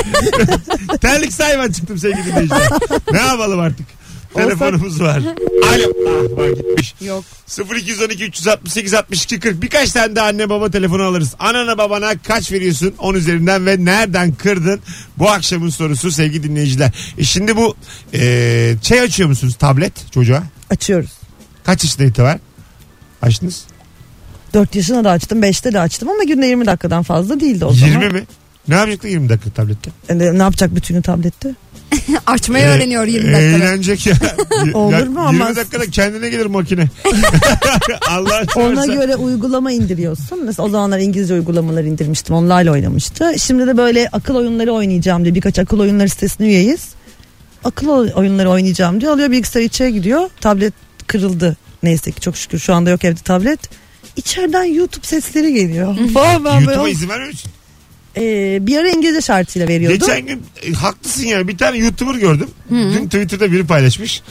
[SPEAKER 2] Terlik sayman çıktım sevgili dinleyiciler. Ne yapalım artık? Telefonumuz var. Alo. Ah, var gitmiş.
[SPEAKER 3] Yok.
[SPEAKER 2] 0212 368 62 40 birkaç tane de anne baba telefonu alırız. Anana babana kaç veriyorsun 10 üzerinden ve nereden kırdın? Bu akşamın sorusu sevgili dinleyiciler. E şimdi bu e, şey açıyor musunuz tablet çocuğa?
[SPEAKER 5] Açıyoruz.
[SPEAKER 2] Kaç yaşında itibaren? Açtınız?
[SPEAKER 5] 4 yaşına da açtım 5'te de açtım ama günde 20 dakikadan fazla değildi o zaman.
[SPEAKER 2] 20 mi? Ne yapacak da 20 dakika tablette? E,
[SPEAKER 5] E, Ne yapacak bütün gün tablette?
[SPEAKER 3] Açmayı öğreniyor 20 dakikada.
[SPEAKER 2] Eğlenecek ya. Ya,
[SPEAKER 5] Olur
[SPEAKER 2] 20
[SPEAKER 5] mu? Olmaz.
[SPEAKER 2] dakikada kendine gelir makine. Allah
[SPEAKER 5] Ona
[SPEAKER 2] aşkına.
[SPEAKER 5] göre uygulama indiriyorsun. Mesela o zamanlar İngilizce uygulamalar indirmiştim. Onlarla oynamıştı. Şimdi de böyle akıl oyunları oynayacağım diye birkaç akıl oyunları sitesine üyeyiz. Akıl oy- oyunları oynayacağım diyor. Alıyor bilgisayar içeri gidiyor. Tablet kırıldı. Neyse ki çok şükür şu anda yok evde tablet. İçeriden YouTube sesleri geliyor. Falan ben
[SPEAKER 2] YouTube'a
[SPEAKER 5] böyle,
[SPEAKER 2] izin vermiyor musun?
[SPEAKER 5] Ee, bir ara İngilizce şartıyla veriyordu.
[SPEAKER 2] Geçen gün e, haklısın yani bir tane YouTuber gördüm. Dün Twitter'da biri paylaşmış.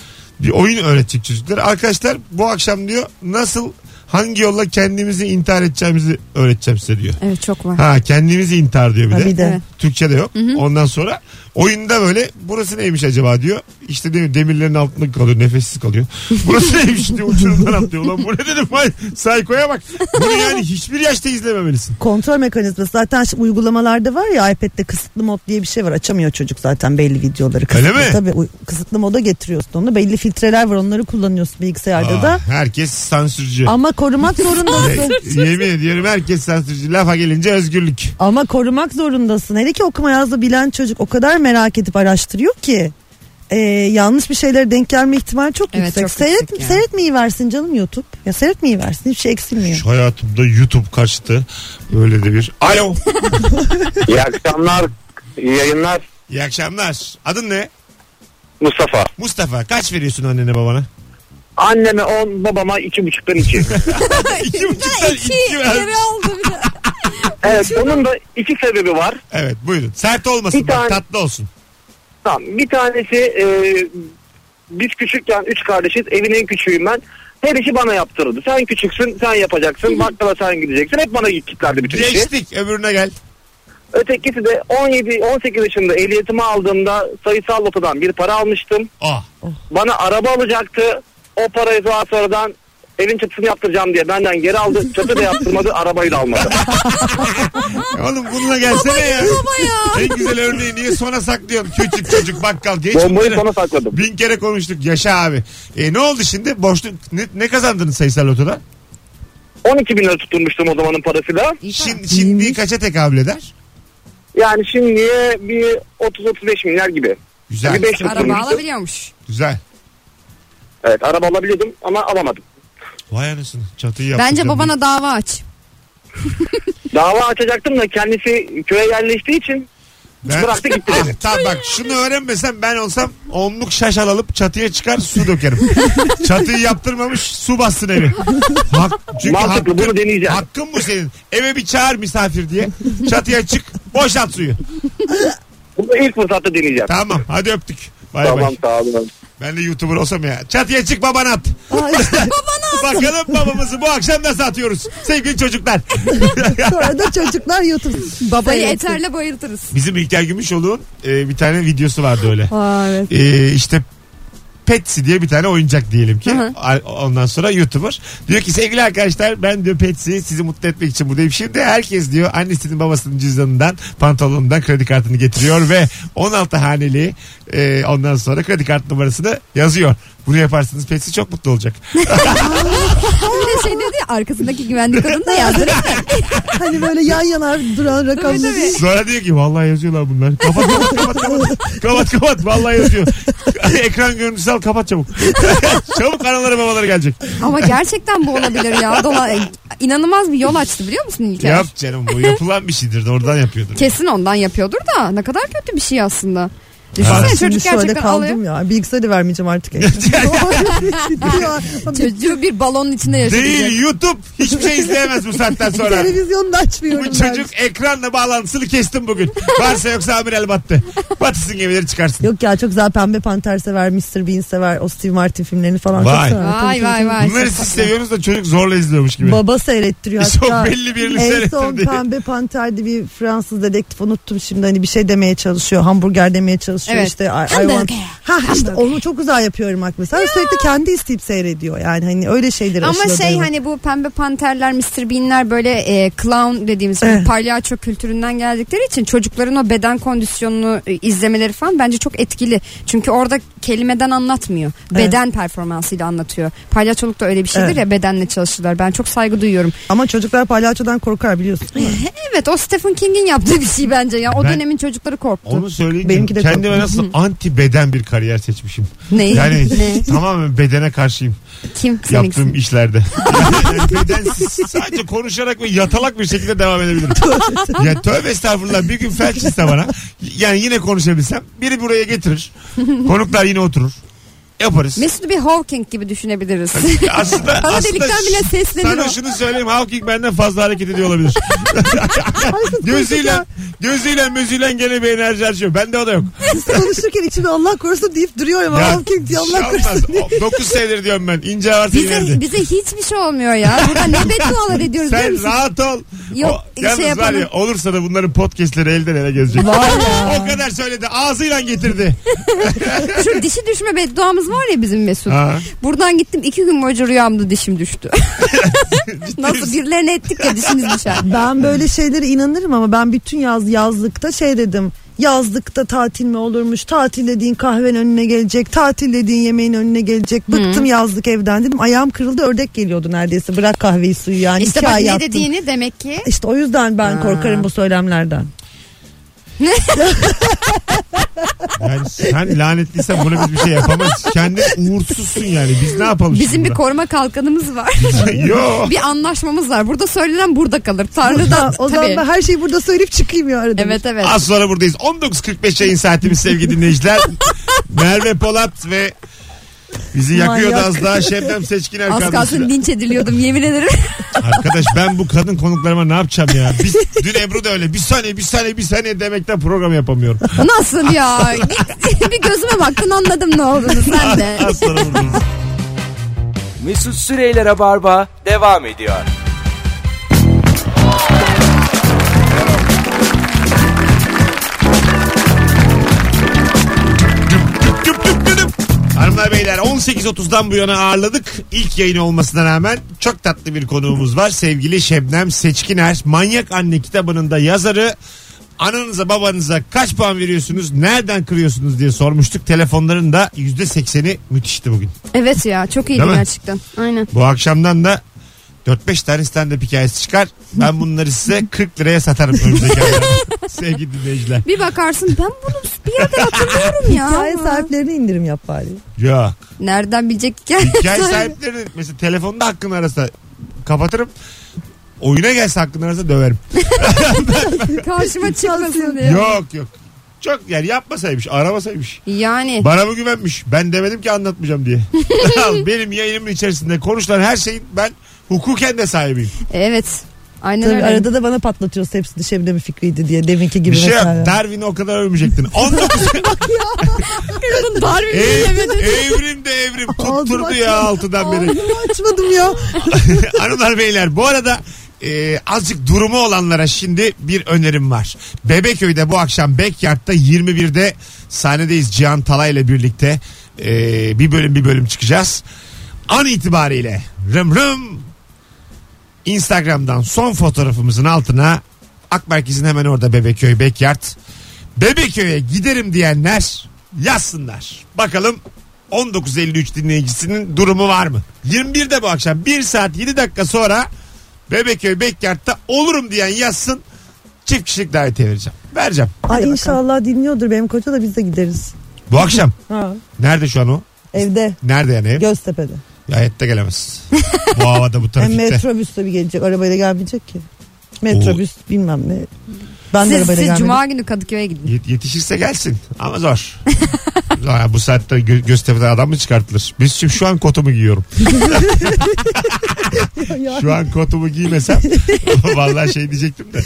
[SPEAKER 2] Bir oyun öğretecek çocuklara. Arkadaşlar bu akşam diyor nasıl hangi yolla kendimizi intihar edeceğimizi öğreteceğim size diyor.
[SPEAKER 3] Evet çok var.
[SPEAKER 2] Ha kendimizi intihar diyor bir
[SPEAKER 5] Ha,
[SPEAKER 2] de.
[SPEAKER 5] bir de.
[SPEAKER 3] Evet.
[SPEAKER 2] Türkçe'de yok. Ondan sonra oyunda böyle burası neymiş acaba diyor. İşte diyor, demirlerin altında kalıyor nefessiz kalıyor. Burası neymiş diyor uçurumdan atlıyor. Ulan bu ne dedim vay saykoya bak. Bunu yani hiçbir yaşta izlememelisin.
[SPEAKER 5] Kontrol mekanizması zaten şu uygulamalarda var ya iPad'de kısıtlı mod diye bir şey var. Açamıyor çocuk zaten belli videoları. Kısıtlı,
[SPEAKER 2] Öyle mi?
[SPEAKER 5] Tabii uy- kısıtlı moda getiriyorsun onu. Belli filtreler var onları kullanıyorsun bilgisayarda
[SPEAKER 2] Aa,
[SPEAKER 5] da.
[SPEAKER 2] herkes sansürcü.
[SPEAKER 5] Ama korumak zorundasın.
[SPEAKER 2] Ye- Yemin ediyorum herkes sansürcü. Lafa gelince özgürlük.
[SPEAKER 5] Ama korumak zorundasın. Hele ki okuma yazma bilen çocuk o kadar merak edip araştırıyor ki. Ee, yanlış bir şeylere denk gelme ihtimali çok
[SPEAKER 3] Evet,
[SPEAKER 5] yüksek.
[SPEAKER 3] çok
[SPEAKER 5] Seyret,
[SPEAKER 3] yüksek ya.
[SPEAKER 5] Seyretmeyi versin canım YouTube. Ya seyretmeyi versin hiçbir şey eksilmiyor.
[SPEAKER 2] Şu hayatımda YouTube kaçtı. Böyle de bir. Alo.
[SPEAKER 6] İyi akşamlar, iyi yayınlar.
[SPEAKER 2] İyi akşamlar. Adın ne?
[SPEAKER 6] Mustafa.
[SPEAKER 2] Mustafa. Kaç veriyorsun annene babana?
[SPEAKER 6] Anneme 10, babama 2,5'dan 2.
[SPEAKER 2] İki buçuktan
[SPEAKER 3] İki
[SPEAKER 2] iki ver.
[SPEAKER 3] kere oldu bir de.
[SPEAKER 6] evet, bunun da iki sebebi var.
[SPEAKER 2] Evet buyurun. Sert olmasın
[SPEAKER 6] Bir
[SPEAKER 2] bak
[SPEAKER 6] tane-
[SPEAKER 2] tatlı olsun.
[SPEAKER 6] Tamam. Bir tanesi e, biz küçükken üç kardeşiz. Evin en küçüğüyüm ben. Her işi bana yaptırdı. Sen küçüksün, sen yapacaksın. Bakkala sen gideceksin. Hep bana gittiklerdi bütün işi.
[SPEAKER 2] Geçtik öbürüne gel.
[SPEAKER 6] Ötekisi de 17 18 yaşında ehliyetimi aldığımda sayısal lotodan bir para almıştım.
[SPEAKER 2] Ah.
[SPEAKER 6] Bana araba alacaktı. O parayı daha sonradan evin çatısını yaptıracağım diye benden geri aldı. Çatı da yaptırmadı, arabayı da almadı.
[SPEAKER 2] Oğlum bununla gelsene ya.
[SPEAKER 3] Baba ya.
[SPEAKER 2] En güzel örneği niye sona saklıyorsun? Küçük çocuk bakkal geç.
[SPEAKER 6] Bombayı
[SPEAKER 2] bunları.
[SPEAKER 6] sona sakladım.
[SPEAKER 2] Bin kere konuştuk. Yaşa abi. E, ne oldu şimdi? Boşluk. Ne, ne kazandınız sayısal lotodan?
[SPEAKER 6] 12 bin lira tutturmuştum o zamanın parasıyla.
[SPEAKER 2] Şimdi, şimdi
[SPEAKER 5] İyiymiş.
[SPEAKER 2] kaça tekabül eder?
[SPEAKER 4] Yani şimdiye bir 30-35 milyar gibi.
[SPEAKER 2] Güzel.
[SPEAKER 4] Bir beş yıl
[SPEAKER 3] Araba
[SPEAKER 4] sürmüştü.
[SPEAKER 3] alabiliyormuş.
[SPEAKER 2] Güzel.
[SPEAKER 4] Evet araba alabiliyordum ama alamadım.
[SPEAKER 2] Vay anasını. Çatıyı yaptı.
[SPEAKER 3] Bence
[SPEAKER 2] canım.
[SPEAKER 3] babana dava aç.
[SPEAKER 4] Dava açacaktım da kendisi köye yerleştiği için
[SPEAKER 2] Ben...
[SPEAKER 4] bıraktı gitti
[SPEAKER 2] Ah,
[SPEAKER 4] dedi.
[SPEAKER 2] tamam bak şunu öğrenmesem ben olsam onluk şaşal alıp çatıya çıkar su dökerim. Çatıyı yaptırmamış su bassın evi. Hak, çünkü
[SPEAKER 4] Mantıklı
[SPEAKER 2] hakkın,
[SPEAKER 4] bunu deneyeceğim.
[SPEAKER 2] hakkın bu senin. Eve bir çağır misafir diye. Çatıya çık boşalt suyu.
[SPEAKER 4] Bunu ilk fırsatta deneyeceğim.
[SPEAKER 2] Tamam hadi öptük. Bay
[SPEAKER 4] Tamam
[SPEAKER 2] bay.
[SPEAKER 4] sağ olun.
[SPEAKER 2] Ben de YouTuber olsam ya. Çatıya çık baban at. Bakalım babamızı bu akşam nasıl atıyoruz sevgili çocuklar.
[SPEAKER 5] Sonra da çocuklar YouTube
[SPEAKER 3] Babayı
[SPEAKER 5] seyretsin.
[SPEAKER 3] eterle bayıltırız.
[SPEAKER 2] Bizim İlker Gümüşoğlu'nun e, bir tane videosu vardı öyle.
[SPEAKER 5] Aa, evet.
[SPEAKER 2] e, işte Petsi diye bir tane oyuncak diyelim ki.
[SPEAKER 3] Hı hı.
[SPEAKER 2] A- Ondan sonra YouTuber. Diyor ki sevgili arkadaşlar ben diyor Petsi sizi mutlu etmek için buradayım. Şimdi herkes diyor annesinin babasının cüzdanından pantolonundan kredi kartını getiriyor ve 16 haneli e, ondan sonra kredi kart numarasını yazıyor. Bunu yaparsınız Petsi çok mutlu olacak.
[SPEAKER 3] Bir de şey dedi ya arkasındaki güvenlik kadın da yazdı.
[SPEAKER 5] Hani böyle yan yana duran rakamları.
[SPEAKER 3] tabii.
[SPEAKER 2] Sonra diyor ki vallahi yazıyorlar bunlar. Kapat kapat kapat kapat. Kapat kapat vallahi yazıyor. Ekran görüntüsü al kapat çabuk. çabuk anaları babaları gelecek.
[SPEAKER 3] Ama gerçekten bu olabilir ya. Dola, e, inanılmaz bir yol açtı biliyor musun İlker?
[SPEAKER 2] Yap canım bu yapılan bir şeydir de oradan yapıyordur.
[SPEAKER 3] Kesin ondan yapıyordur da ne kadar kötü bir şey aslında.
[SPEAKER 2] Ha.
[SPEAKER 3] Düşünsene
[SPEAKER 5] Şimdi
[SPEAKER 3] çocuk
[SPEAKER 5] şu halde
[SPEAKER 3] gerçekten
[SPEAKER 5] kaldım
[SPEAKER 3] alıyor.
[SPEAKER 5] ya. Bilgisayarı da vermeyeceğim artık. Gidiyor.
[SPEAKER 3] Çocuğu bir balonun içinde yaşatacak.
[SPEAKER 2] Değil YouTube hiçbir şey izleyemez bu saatten sonra.
[SPEAKER 5] Televizyonda açmıyorum.
[SPEAKER 2] Bu
[SPEAKER 5] ben.
[SPEAKER 2] çocuk ekranla bağlantısını kestim bugün. Varsa yoksa amir el battı. Batısın gemileri çıkarsın.
[SPEAKER 5] Yok ya çok güzel Pembe Panter sever, Mr. Bean sever, o Steve Martin filmlerini falan
[SPEAKER 2] Vay.
[SPEAKER 5] çok sever. Tabii,
[SPEAKER 3] Vay
[SPEAKER 5] tabii,
[SPEAKER 3] vay
[SPEAKER 5] tabii.
[SPEAKER 3] vay.
[SPEAKER 2] Bunları
[SPEAKER 3] çok
[SPEAKER 2] siz
[SPEAKER 3] tatlı.
[SPEAKER 2] seviyorsunuz da çocuk zorla izliyormuş gibi.
[SPEAKER 5] Baba seyrettiriyor hatta.
[SPEAKER 2] Çok belli birini
[SPEAKER 5] En son
[SPEAKER 2] seyrettirdi.
[SPEAKER 5] Pembe Panter'di bir Fransız dedektif unuttum şimdi hani bir şey demeye çalışıyor. Hamburger demeye çalışıyor
[SPEAKER 3] Evet.
[SPEAKER 5] işte. I- I want-
[SPEAKER 3] Hamburger.
[SPEAKER 5] Ha işte onu çok güzel yapıyorum bak mesela. Sürekli kendi isteyip seyrediyor yani hani öyle şeyleri
[SPEAKER 3] Ama
[SPEAKER 5] aşırı
[SPEAKER 3] şey
[SPEAKER 5] alıyorum.
[SPEAKER 3] hani bu pembe panterler, Mr. Bean'ler böyle e, clown dediğimiz
[SPEAKER 5] Evet.
[SPEAKER 3] bu palyaço kültüründen geldikleri için çocukların o beden kondisyonunu e, izlemeleri falan bence çok etkili. Çünkü orada kelimeden anlatmıyor.
[SPEAKER 5] Evet.
[SPEAKER 3] Beden performansıyla anlatıyor. Palyaçoluk da öyle bir şeydir
[SPEAKER 5] Evet.
[SPEAKER 3] ya bedenle çalışırlar. Ben çok saygı duyuyorum.
[SPEAKER 5] Ama çocuklar palyaçodan korkar biliyorsun. değil mi?
[SPEAKER 3] Evet o Stephen King'in yaptığı bir şey bence ya. O
[SPEAKER 2] Ben-
[SPEAKER 3] dönemin çocukları korktu.
[SPEAKER 2] Onu söyleyince
[SPEAKER 5] Benimki de
[SPEAKER 2] kendime
[SPEAKER 5] çok-
[SPEAKER 2] nasıl anti beden bir kariyer seçmişim.
[SPEAKER 3] Neyi?
[SPEAKER 2] Yani
[SPEAKER 3] Ne?
[SPEAKER 2] tamamen bedene karşıyım
[SPEAKER 3] Kim?
[SPEAKER 2] yaptığım
[SPEAKER 3] Seninkisi.
[SPEAKER 2] işlerde. Yani bedensiz sadece konuşarak ve yatalak bir şekilde devam edebilirim. ya tövbe estağfurullah bir gün felç çizse bana. Yani yine konuşabilsem biri buraya getirir. Konuklar yine oturur. Yaparız.
[SPEAKER 3] Mesut'u bir Hawking gibi düşünebiliriz.
[SPEAKER 2] Aslında,
[SPEAKER 3] Bana
[SPEAKER 2] aslında
[SPEAKER 3] delikten bile
[SPEAKER 2] ş-
[SPEAKER 3] seslenir
[SPEAKER 2] Sana
[SPEAKER 3] o.
[SPEAKER 2] şunu söyleyeyim Hawking benden fazla hareket ediyor olabilir. gözüyle gözüyle müzüyle gene bir enerji açıyor. Bende o da yok.
[SPEAKER 5] Siz konuşurken içimde Allah korusun deyip duruyorum.
[SPEAKER 2] Ya,
[SPEAKER 5] Allah kim diye Allah
[SPEAKER 2] şey olmaz.
[SPEAKER 5] korusun diye.
[SPEAKER 2] O- Dokuz senedir diyorum ben. İnce varsa
[SPEAKER 3] bize,
[SPEAKER 2] inerdi.
[SPEAKER 3] bize hiçbir şey olmuyor ya. Burada ne beddualar ediyoruz değil
[SPEAKER 2] Sen
[SPEAKER 3] misin?
[SPEAKER 2] rahat ol.
[SPEAKER 3] Yok,
[SPEAKER 2] o,
[SPEAKER 3] şey
[SPEAKER 2] yalnız var
[SPEAKER 3] yapalım.
[SPEAKER 2] ya olursa da bunların podcastleri elden ele gezecek. o kadar söyledi. Ağzıyla getirdi.
[SPEAKER 3] Şu dişi düşme bedduamız var ya bizim Mesut.
[SPEAKER 2] Ha.
[SPEAKER 3] Buradan gittim iki gün boyunca rüyamda dişim düştü. Nasıl birilerine ettik ya dişiniz düşer.
[SPEAKER 5] Ben böyle şeylere inanırım ama ben bütün yaz yazlıkta şey dedim. Yazlıkta tatil mi olurmuş? Tatil dediğin kahven önüne gelecek. Tatil dediğin yemeğin önüne gelecek. Bıktım yazlık evden dedim. Ayağım kırıldı ördek geliyordu neredeyse. Bırak kahveyi suyu yani.
[SPEAKER 3] İşte
[SPEAKER 5] İki
[SPEAKER 3] bak
[SPEAKER 5] ay
[SPEAKER 3] ne
[SPEAKER 5] yattım.
[SPEAKER 3] dediğini demek ki.
[SPEAKER 5] İşte o yüzden ben korkarım bu söylemlerden.
[SPEAKER 2] Yani sen lanetliysen buna biz bir şey yapamayız. Kendin uğursuzsun yani. Biz ne yapalım
[SPEAKER 3] Bizim
[SPEAKER 2] şimdi
[SPEAKER 3] bir koruma kalkanımız var.
[SPEAKER 2] buna? Yo.
[SPEAKER 3] bir anlaşmamız var. Burada söylenen burada kalır. Tanrı'dan
[SPEAKER 5] o zaman
[SPEAKER 3] tabii.
[SPEAKER 5] ben her şeyi burada söyleyip çıkayım ya arada.
[SPEAKER 3] Evet evet.
[SPEAKER 2] Az sonra buradayız. 19.45 yayın saatimiz sevgili dinleyiciler. Merve Polat ve bizi yakıyordu
[SPEAKER 5] Manyak.
[SPEAKER 2] az daha Şebnem Seçkiner
[SPEAKER 3] Az
[SPEAKER 2] kadrosuyla.
[SPEAKER 3] kalsın linç ediliyordum yemin ederim.
[SPEAKER 2] Arkadaş ben bu kadın konuklarıma ne yapacağım ya? Biz, dün Ebru da öyle bir saniye bir saniye bir saniye demekten program yapamıyorum.
[SPEAKER 3] Nasıl ya? Bir- bir gözüme baktın anladım ne olduğunu sen de.
[SPEAKER 2] Az sonra buradayız.
[SPEAKER 1] Mesut Süreyler'e barba devam ediyor.
[SPEAKER 2] Düp düp düdüm. Hanımlar beyler 18.30'dan bu yana ağırladık. İlk yayın olmasına rağmen çok tatlı bir konuğumuz var. Sevgili Şebnem Seçkiner. Manyak Anne kitabının da yazarı. Ananıza babanıza kaç puan veriyorsunuz? Nereden kırıyorsunuz diye sormuştuk. Telefonların da %80'i müthişti bugün.
[SPEAKER 3] Evet ya çok iyiydi
[SPEAKER 2] Değil mi?
[SPEAKER 3] gerçekten. Aynen.
[SPEAKER 2] Bu akşamdan da 4-5 tane stand-up hikayesi çıkar. Ben bunları size 40 liraya satarım önümüzdeki aylarda. Sevgili dinleyiciler.
[SPEAKER 3] Bir bakarsın ben bunu bir yerde hatırlıyorum ya.
[SPEAKER 5] Hikaye sahiplerine indirim yap bari.
[SPEAKER 2] Yok.
[SPEAKER 3] Nereden bilecek hikaye?
[SPEAKER 2] Hikaye sahipleri mesela telefonda hakkını arasa kapatırım. Oyuna gelse hakkını arasa döverim.
[SPEAKER 3] Karşıma çıkmasın diye.
[SPEAKER 2] Yok yok. Çok yani yapmasaymış, aramasaymış.
[SPEAKER 3] Yani
[SPEAKER 2] Bana mı güvenmiş? Ben demedim ki anlatmayacağım diye. Benim yayınımın içerisinde konuşulan her şeyin ben hukuken de sahibiyim.
[SPEAKER 3] evet. Aynen
[SPEAKER 5] Tabii
[SPEAKER 3] öyle.
[SPEAKER 5] arada da bana patlatıyorsun hepsini şebnem fikriydi diye deminki gibi
[SPEAKER 2] bir şey yok.
[SPEAKER 5] mesela.
[SPEAKER 2] Darwin'i o kadar övmeyecektin. 19
[SPEAKER 3] Darwin'i
[SPEAKER 2] Ev-
[SPEAKER 3] bilemedim.
[SPEAKER 2] evrim de evrim
[SPEAKER 5] Ağzımı
[SPEAKER 2] tutturdu
[SPEAKER 5] açmadım.
[SPEAKER 2] ya altıdan beri.
[SPEAKER 5] Ağzımı açmadım ya.
[SPEAKER 2] Hanımlar beyler bu arada e, azıcık durumu olanlara şimdi bir önerim var. Bebeköy'de bu akşam Backyard'da 21'de sahnedeyiz Cihan Talay ile birlikte. E, bir bölüm bir bölüm çıkacağız. An itibariyle rım rım Instagram'dan son fotoğrafımızın altına Akmerkez'in hemen orada Bebeköy Backyard. Bebeköy'e giderim diyenler yazsınlar. Bakalım 1953 dinleyicisinin durumu var mı? 21'de bu akşam 1 saat 7 dakika sonra Bebeköy Backyard'da olurum diyen yazsın. Çift kişilik davetiye vereceğim. Vereceğim.
[SPEAKER 5] Ay inşallah dinliyordur benim koca da biz de gideriz.
[SPEAKER 2] Bu akşam.
[SPEAKER 5] Ha.
[SPEAKER 2] Nerede şu an o?
[SPEAKER 5] Evde
[SPEAKER 2] Nerede yani ev?
[SPEAKER 5] Göztepe'de.
[SPEAKER 2] Ya hayatta gelemez. bu havada bu
[SPEAKER 5] Hem
[SPEAKER 2] trafikte.
[SPEAKER 5] metrobüs tabii gelecek. Arabayla gelmeyecek ki. Metrobüs bilmem ne. Ben de
[SPEAKER 3] Siz,
[SPEAKER 5] arabayla
[SPEAKER 3] siz
[SPEAKER 5] gelmedim.
[SPEAKER 3] cuma günü Kadıköy'e gidin.
[SPEAKER 2] Yet- yetişirse gelsin ama zor. Zor ya, bu saatte gö- Göztepe'den adam mı çıkartılır? Biz şimdi şu an kotumu giyiyorum. şu an kotumu giymesem vallahi şey diyecektim de.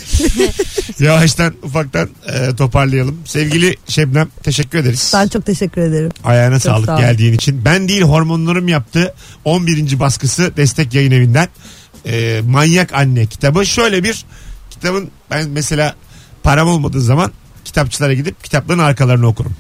[SPEAKER 2] Yavaştan ufaktan e, toparlayalım. Sevgili Şebnem teşekkür ederiz.
[SPEAKER 5] Ben çok teşekkür ederim.
[SPEAKER 2] Ayağına sağlık
[SPEAKER 5] sağ ol.
[SPEAKER 2] geldiğin için. Ben değil hormonlarım yaptı. 11. baskısı destek yayın evinden. Ee, Manyak Anne kitabı. Şöyle bir kitabın ben mesela param olmadığı zaman kitapçılara gidip kitapların arkalarını okurum.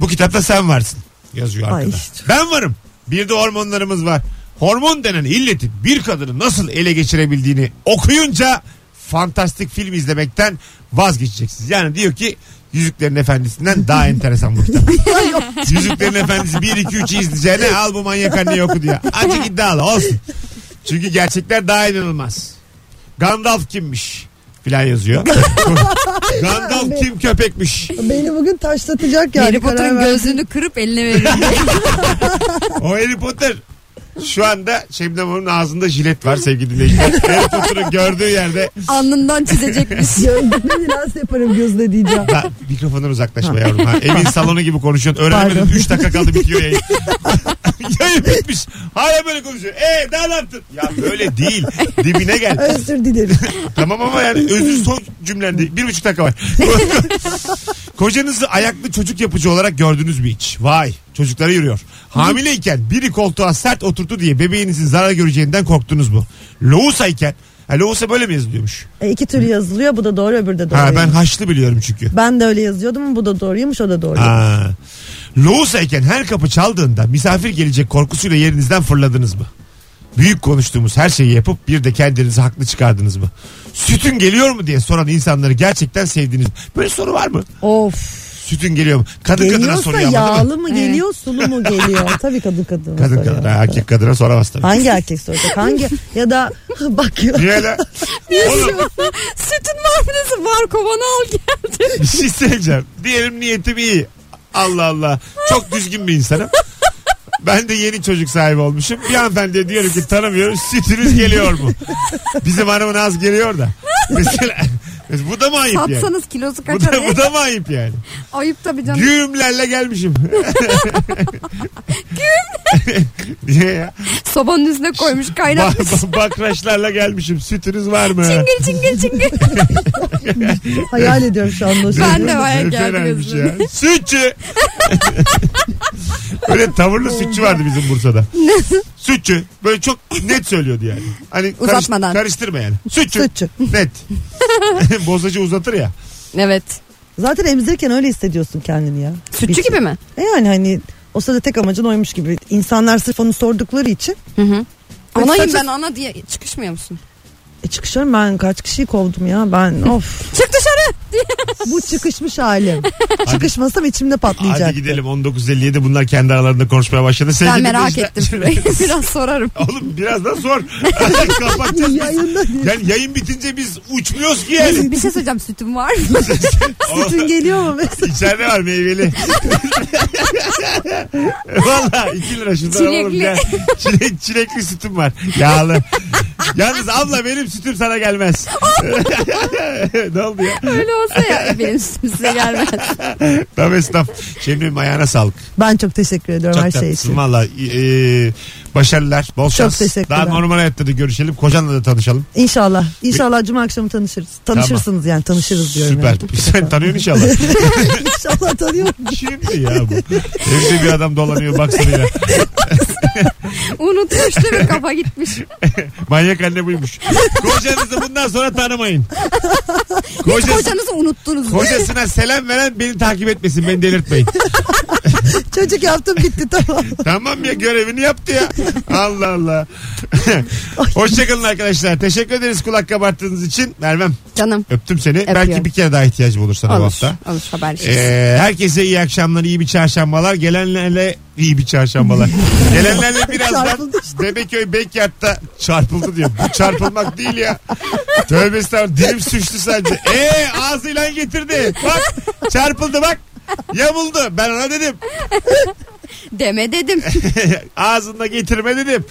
[SPEAKER 2] Bu kitapta sen varsın yazıyor
[SPEAKER 5] Ay
[SPEAKER 2] arkada.
[SPEAKER 5] işte.
[SPEAKER 2] Ben varım. Bir de hormonlarımız var. Hormon denen illeti bir kadını nasıl ele geçirebildiğini okuyunca fantastik film izlemekten vazgeçeceksiniz. Yani diyor ki Yüzüklerin Efendisi'nden daha enteresan bu kitap. Yüzüklerin Efendisi 1 2 3'ü izleyeceğine al bu manyak anneyi oku diyor. Azıcık iddialı olsun. Çünkü gerçekler daha inanılmaz. Gandalf kimmiş? Filan yazıyor. Gandalf kim köpekmiş?
[SPEAKER 5] Beni bugün taşlatacak yani.
[SPEAKER 3] Harry Potter'ın
[SPEAKER 5] karar ver-
[SPEAKER 3] gözlüğünü kırıp eline veriyorum.
[SPEAKER 2] O Harry Potter şu anda Şebnem Hanım'ın ağzında jilet var sevgili dinleyiciler. Harry Potter'ı gördüğü yerde
[SPEAKER 3] Alnından çizecekmiş.
[SPEAKER 5] Gözlüğünü nasıl yaparım gözle diyeceğim.
[SPEAKER 2] Ha, mikrofondan uzaklaşma yavrum. Ha. Evin salonu gibi konuşuyorsun. Öğrenemedim.
[SPEAKER 5] Pardon.
[SPEAKER 2] 3 dakika kaldı bitiyor yayın. yayın bitmiş. Hala böyle konuşuyor. Ee daha ne yaptın? Ya böyle değil. Dibine gel.
[SPEAKER 5] Özür dilerim.
[SPEAKER 2] Tamam ama yani özür son cümlendi. Bir buçuk dakika var. Kocanızı ayaklı çocuk yapıcı olarak gördünüz mü hiç? Vay çocuklara yürüyor. Hamileyken biri koltuğa sert oturttu diye bebeğinizin zarar göreceğinden korktunuz mu? Loğusayken ha, Loğusa böyle mi yazılıyormuş?
[SPEAKER 5] E, iki türlü yazılıyor. Bu da doğru öbürü de doğru.
[SPEAKER 2] Ha, ben haçlı biliyorum çünkü.
[SPEAKER 5] Ben de öyle yazıyordum ama bu da doğruymuş o da doğru.
[SPEAKER 2] Ha. Loğusayken her kapı çaldığında misafir gelecek korkusuyla yerinizden fırladınız mı? Büyük konuştuğumuz her şeyi yapıp bir de kendinizi haklı çıkardınız mı? Sütün geliyor mu diye soran insanları gerçekten sevdiniz mi? Böyle soru var mı?
[SPEAKER 5] Of.
[SPEAKER 2] Sütün geliyor mu? Kadın kadına
[SPEAKER 5] Geliyorsa
[SPEAKER 2] soruyor ama değil mi?
[SPEAKER 5] yağlı mı geliyor sulu mu geliyor? Tabii kadın kadına
[SPEAKER 2] Kadın
[SPEAKER 5] soruyor.
[SPEAKER 2] kadına, erkek kadına soramaz tabii.
[SPEAKER 5] Hangi erkek soracak? Hangi ya da bak ya.
[SPEAKER 2] Niye lan? Oğlum
[SPEAKER 3] Sütün var mı nasıl var kovanı al gel diyor.
[SPEAKER 2] bir şey söyleyeceğim. Diyelim niyetim iyi. Allah Allah. Çok düzgün bir insanım. Ben de yeni çocuk sahibi olmuşum. Bir hanımefendiye diyorum ki tanımıyorum. Sütünüz geliyor mu? Bizim hanımın az geliyor da. Mesela bu da mı ayıp yani?
[SPEAKER 3] Satsanız kilosu
[SPEAKER 2] Bu
[SPEAKER 3] kaçar.
[SPEAKER 2] da, bu da mı ayıp yani?
[SPEAKER 3] Ayıp tabii canım.
[SPEAKER 2] Güğümlerle gelmişim. Güğüm. Niye ya?
[SPEAKER 3] Sobanın üstüne koymuş
[SPEAKER 2] Ba-
[SPEAKER 3] kaynatmış.
[SPEAKER 2] ba- bakraçlarla gelmişim. Sütünüz var mı?
[SPEAKER 3] Çingil çingil çingil.
[SPEAKER 5] Hayal ediyorum şu anda. o şeyi.
[SPEAKER 3] Ben de bayağı
[SPEAKER 2] Ne
[SPEAKER 3] geldi
[SPEAKER 2] fenaymış
[SPEAKER 3] gözüme.
[SPEAKER 2] ya. Sütçü. Öyle tavırlı sütçü vardı bizim Bursa'da. sütçü. Böyle çok net söylüyordu yani. Hani karış-
[SPEAKER 3] Uzatmadan.
[SPEAKER 2] karıştırma yani. Sütçü.
[SPEAKER 5] Sütçü.
[SPEAKER 2] Net. Bozacı uzatır ya.
[SPEAKER 3] Evet.
[SPEAKER 5] Zaten emzirken öyle hissediyorsun kendini ya.
[SPEAKER 3] Sütçü gibi mi?
[SPEAKER 5] E yani hani o sırada tek amacın oymuş gibi. İnsanlar sırf onu sordukları için.
[SPEAKER 3] Anayım
[SPEAKER 5] Saçma-
[SPEAKER 3] ben ana diye çıkışmıyor musun?
[SPEAKER 5] E çıkışıyorum ben kaç kişiyi kovdum ya ben of
[SPEAKER 3] Çık dışarı.
[SPEAKER 5] bu çıkışmış halim. Çıkışmasam içimde patlayacak.
[SPEAKER 2] Hadi gidelim 19.57 bunlar kendi aralarında konuşmaya başladı.
[SPEAKER 3] Ben
[SPEAKER 2] Sevgili
[SPEAKER 3] merak
[SPEAKER 2] dinleyiciler-
[SPEAKER 3] ettim şurayı. Biraz sorarım.
[SPEAKER 2] Oğlum biraz daha sor. Kapatacağız biz.
[SPEAKER 5] Yayında değil.
[SPEAKER 2] Yani yayın bitince biz uçmuyoruz ki
[SPEAKER 3] Bizim
[SPEAKER 2] yani.
[SPEAKER 3] bir şey söyleyeceğim sütüm var mı?
[SPEAKER 5] Sütün geliyor mu?
[SPEAKER 2] İçeride var meyveli. Valla 2 lira şundan
[SPEAKER 3] Çilekli.
[SPEAKER 2] alalım ya. Çilek, çilekli sütüm var. Yağlı. Yalnız abla benim sütüm sana gelmez. ne oldu ya?
[SPEAKER 3] Öyle olsa ya benim sütüm size gelmez.
[SPEAKER 2] Tam esnaf. Şemrim ayağına sağlık.
[SPEAKER 5] Ben çok teşekkür ediyorum
[SPEAKER 2] Çok
[SPEAKER 5] her şey
[SPEAKER 2] tatlısın
[SPEAKER 5] için.
[SPEAKER 2] valla. Ee, başarılar. Bol şans.
[SPEAKER 5] teşekkürler.
[SPEAKER 2] Daha normal hayatta da görüşelim. Kocanla da tanışalım.
[SPEAKER 5] İnşallah. İnşallah cuma akşamı tanışırız. Tanışırsınız yani tanışırız diyorum.
[SPEAKER 2] Süper.
[SPEAKER 5] yani.
[SPEAKER 2] Sen tanıyorsun inşallah.
[SPEAKER 5] İnşallah tanıyorum.
[SPEAKER 2] Şimdi ya bu. Evde bir adam dolanıyor baksana ya.
[SPEAKER 3] Unutmuş değil mi kafa gitmiş.
[SPEAKER 2] Manyak anne buymuş. Kocanızı bundan sonra tanımayın. Kocası,
[SPEAKER 3] Kocanızı unuttunuz.
[SPEAKER 2] kocasına selam veren beni takip etmesin. Beni delirtmeyin.
[SPEAKER 5] Çocuk yaptım bitti tamam.
[SPEAKER 2] tamam ya görevini yaptı ya. Allah Allah. Hoşçakalın arkadaşlar. Teşekkür ederiz kulak kabarttığınız için. Mervem
[SPEAKER 3] Canım.
[SPEAKER 2] öptüm seni.
[SPEAKER 3] Öpüyorum.
[SPEAKER 2] Belki bir kere daha ihtiyacım olur sana bu
[SPEAKER 3] Olur.
[SPEAKER 2] hafta.
[SPEAKER 3] Olur haberleşiriz.
[SPEAKER 2] Ee, herkese iyi akşamlar, iyi bir çarşambalar. Gelenlerle iyi bir çarşambalar. Gelenlerle birazdan
[SPEAKER 5] Çarpıldı
[SPEAKER 2] Bebeköy Bekyat'ta çarpıldı diyor. Bu çarpılmak değil ya. Tövbe estağfurullah. Dilim suçlu sence. Ee ağzıyla getirdi. Bak çarpıldı bak. Yamuldu. Ben ona dedim.
[SPEAKER 3] Deme dedim.
[SPEAKER 2] Ağzında getirme dedim.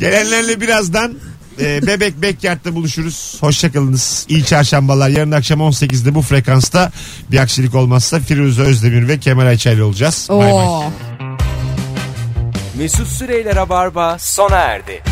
[SPEAKER 2] Gelenlerle birazdan e, Bebek Bekyart'ta buluşuruz. Hoşçakalınız. İyi çarşambalar. Yarın akşam 18'de bu frekansta bir aksilik olmazsa Firuze Özdemir ve Kemal Ayça'yla olacağız. Bay bay.
[SPEAKER 3] Oo.
[SPEAKER 1] Mesut Süreyler'e barba sona erdi.